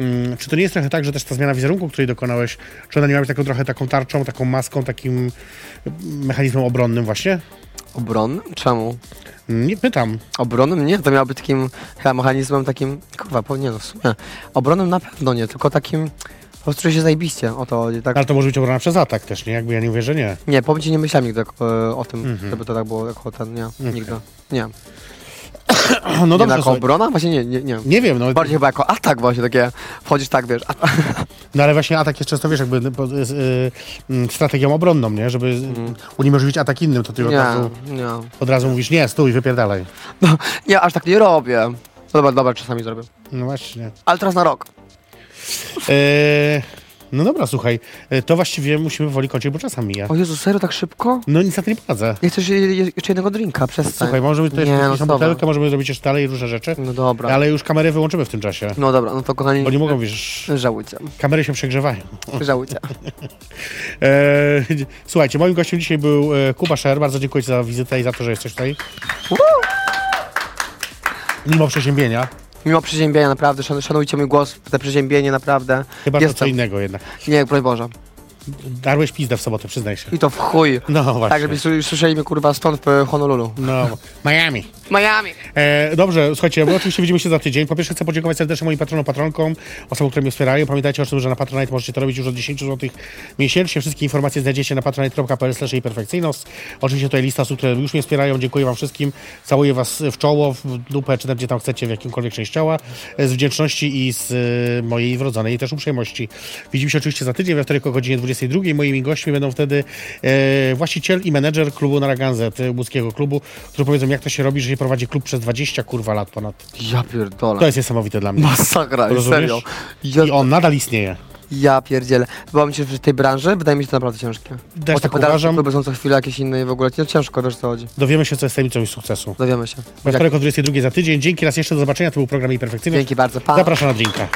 [SPEAKER 2] Mm, czy to nie jest trochę tak, że też ta zmiana wizerunku, której dokonałeś, czy ona nie ma być taką trochę taką tarczą, taką maską, takim mechanizmem obronnym właśnie?
[SPEAKER 3] Obronnym? Czemu?
[SPEAKER 2] Mm, Nie pytam.
[SPEAKER 3] Obronnym nie, to miał być takim chyba mechanizmem takim, kurwa, po, nie no w sumie. Obronnym na pewno nie, tylko takim, po prostu że się zajebiście o to chodzi, tak?
[SPEAKER 2] Ale to może być obrona przez atak też, nie? Jakby ja nie mówię, że nie.
[SPEAKER 3] Nie, powiem ci, nie myślałem nigdy tak, e, o tym,
[SPEAKER 2] Mhm.
[SPEAKER 3] żeby to tak było, jako ten, nie, nigdy. Nie,
[SPEAKER 2] No
[SPEAKER 3] nie
[SPEAKER 2] dobrze,
[SPEAKER 3] jako
[SPEAKER 2] słuchaj.
[SPEAKER 3] obrona? Właśnie nie, nie, nie.
[SPEAKER 2] nie wiem, no,
[SPEAKER 3] Bardziej chyba jako atak właśnie, takie, wchodzisz tak, wiesz, a,
[SPEAKER 2] no ale właśnie atak jest często, wiesz, jakby po- z, y, mm, strategią obronną, nie? Żeby mm. uniemożliwić atak innym, to ty od
[SPEAKER 3] Mhm. nie,
[SPEAKER 2] razu,
[SPEAKER 3] nie.
[SPEAKER 2] od razu mówisz, nie, stój, wypierdalaj.
[SPEAKER 3] No, nie, aż tak nie robię. No Dobra, dobra, czasami zrobię.
[SPEAKER 2] No właśnie.
[SPEAKER 3] Ale teraz na rok.
[SPEAKER 2] E, no dobra, słuchaj, e, to właściwie musimy woli kończyć, bo czasami mija.
[SPEAKER 3] O Jezu, serio, tak szybko?
[SPEAKER 2] No nic na to nie poradzę.
[SPEAKER 3] Nie chcesz je- je- jeszcze jednego drinka, przestań.
[SPEAKER 2] Słuchaj, możemy tutaj
[SPEAKER 3] Nie,
[SPEAKER 2] jeszcze
[SPEAKER 3] no,
[SPEAKER 2] jakąś
[SPEAKER 3] dobra.
[SPEAKER 2] butelkę, możemy zrobić jeszcze dalej różne rzeczy,
[SPEAKER 3] No dobra.
[SPEAKER 2] ale już kamery wyłączymy w tym czasie,
[SPEAKER 3] No dobra, no to kochani,
[SPEAKER 2] bo nie mogą, wiesz,
[SPEAKER 3] żałujcie,
[SPEAKER 2] kamery się przegrzewają.
[SPEAKER 3] żałujcie.
[SPEAKER 2] E, słuchajcie, moim gościem dzisiaj był e, Kuba Szer. Bardzo dziękuję ci za wizytę i za to, że jesteś tutaj. Mimo przeziębienia.
[SPEAKER 3] Mimo przeziębienia, naprawdę, szan- szanujcie mój głos, te przeziębienie, naprawdę.
[SPEAKER 2] Chyba że to co
[SPEAKER 3] Jestem.
[SPEAKER 2] innego jednak.
[SPEAKER 3] Nie, broń Boże.
[SPEAKER 2] Darłeś pizdę w sobotę, przyznaj się.
[SPEAKER 3] I to w chuj.
[SPEAKER 2] No właśnie.
[SPEAKER 3] Tak, żebyśmy słyszeli mnie kurwa stąd w Honolulu.
[SPEAKER 2] No, Miami.
[SPEAKER 3] Miami.
[SPEAKER 2] E, dobrze, słuchajcie, my oczywiście widzimy się za tydzień. Po pierwsze chcę podziękować serdecznie moim patronom, patronkom, osobom, które mnie wspierają. Pamiętajcie o tym, że na Patronite możecie to robić już od 10 zł miesięcznie. Wszystkie informacje znajdziecie na patronite.pl i perfekcyjność. Oczywiście tutaj lista osób, które już mnie wspierają. Dziękuję wam wszystkim. Całuję was w czoło, w dupę, czy tam gdzie tam chcecie, w jakimkolwiek części ciała. E, Z wdzięczności i z e, mojej wrodzonej też uprzejmości. Widzimy się oczywiście za tydzień, we wtorek o godzinie 22. Moimi gośćmi będą wtedy e, właściciel i menedżer klubu Naraganzet, e, łódzkiego klubu, który powiedzą jak to się robi, że się prowadzi klub przez 20 kurwa lat ponad.
[SPEAKER 3] Ja
[SPEAKER 2] To
[SPEAKER 3] pierdolę.
[SPEAKER 2] jest niesamowite dla mnie.
[SPEAKER 3] Masakra,
[SPEAKER 2] Rozumiesz?
[SPEAKER 3] serio. Ja,
[SPEAKER 2] I on nadal istnieje.
[SPEAKER 3] ja pierdzielę. Wydaje mi się, że w tej branży wydaje mi się to naprawdę ciężkie. Bo
[SPEAKER 2] tak
[SPEAKER 3] te podatki,
[SPEAKER 2] uważam.
[SPEAKER 3] Próby są co chwilę jakieś inne i w ogóle. No ciężko, wiesz co chodzi.
[SPEAKER 2] Dowiemy się, co jest tajemnicą ich sukcesu.
[SPEAKER 3] Dowiemy się.
[SPEAKER 2] We wtorek o 22 za tydzień. Dzięki raz jeszcze, do zobaczenia. To był program Imperfekcyjny.
[SPEAKER 3] Dzięki bardzo. Pa.
[SPEAKER 2] Zapraszam na drinka.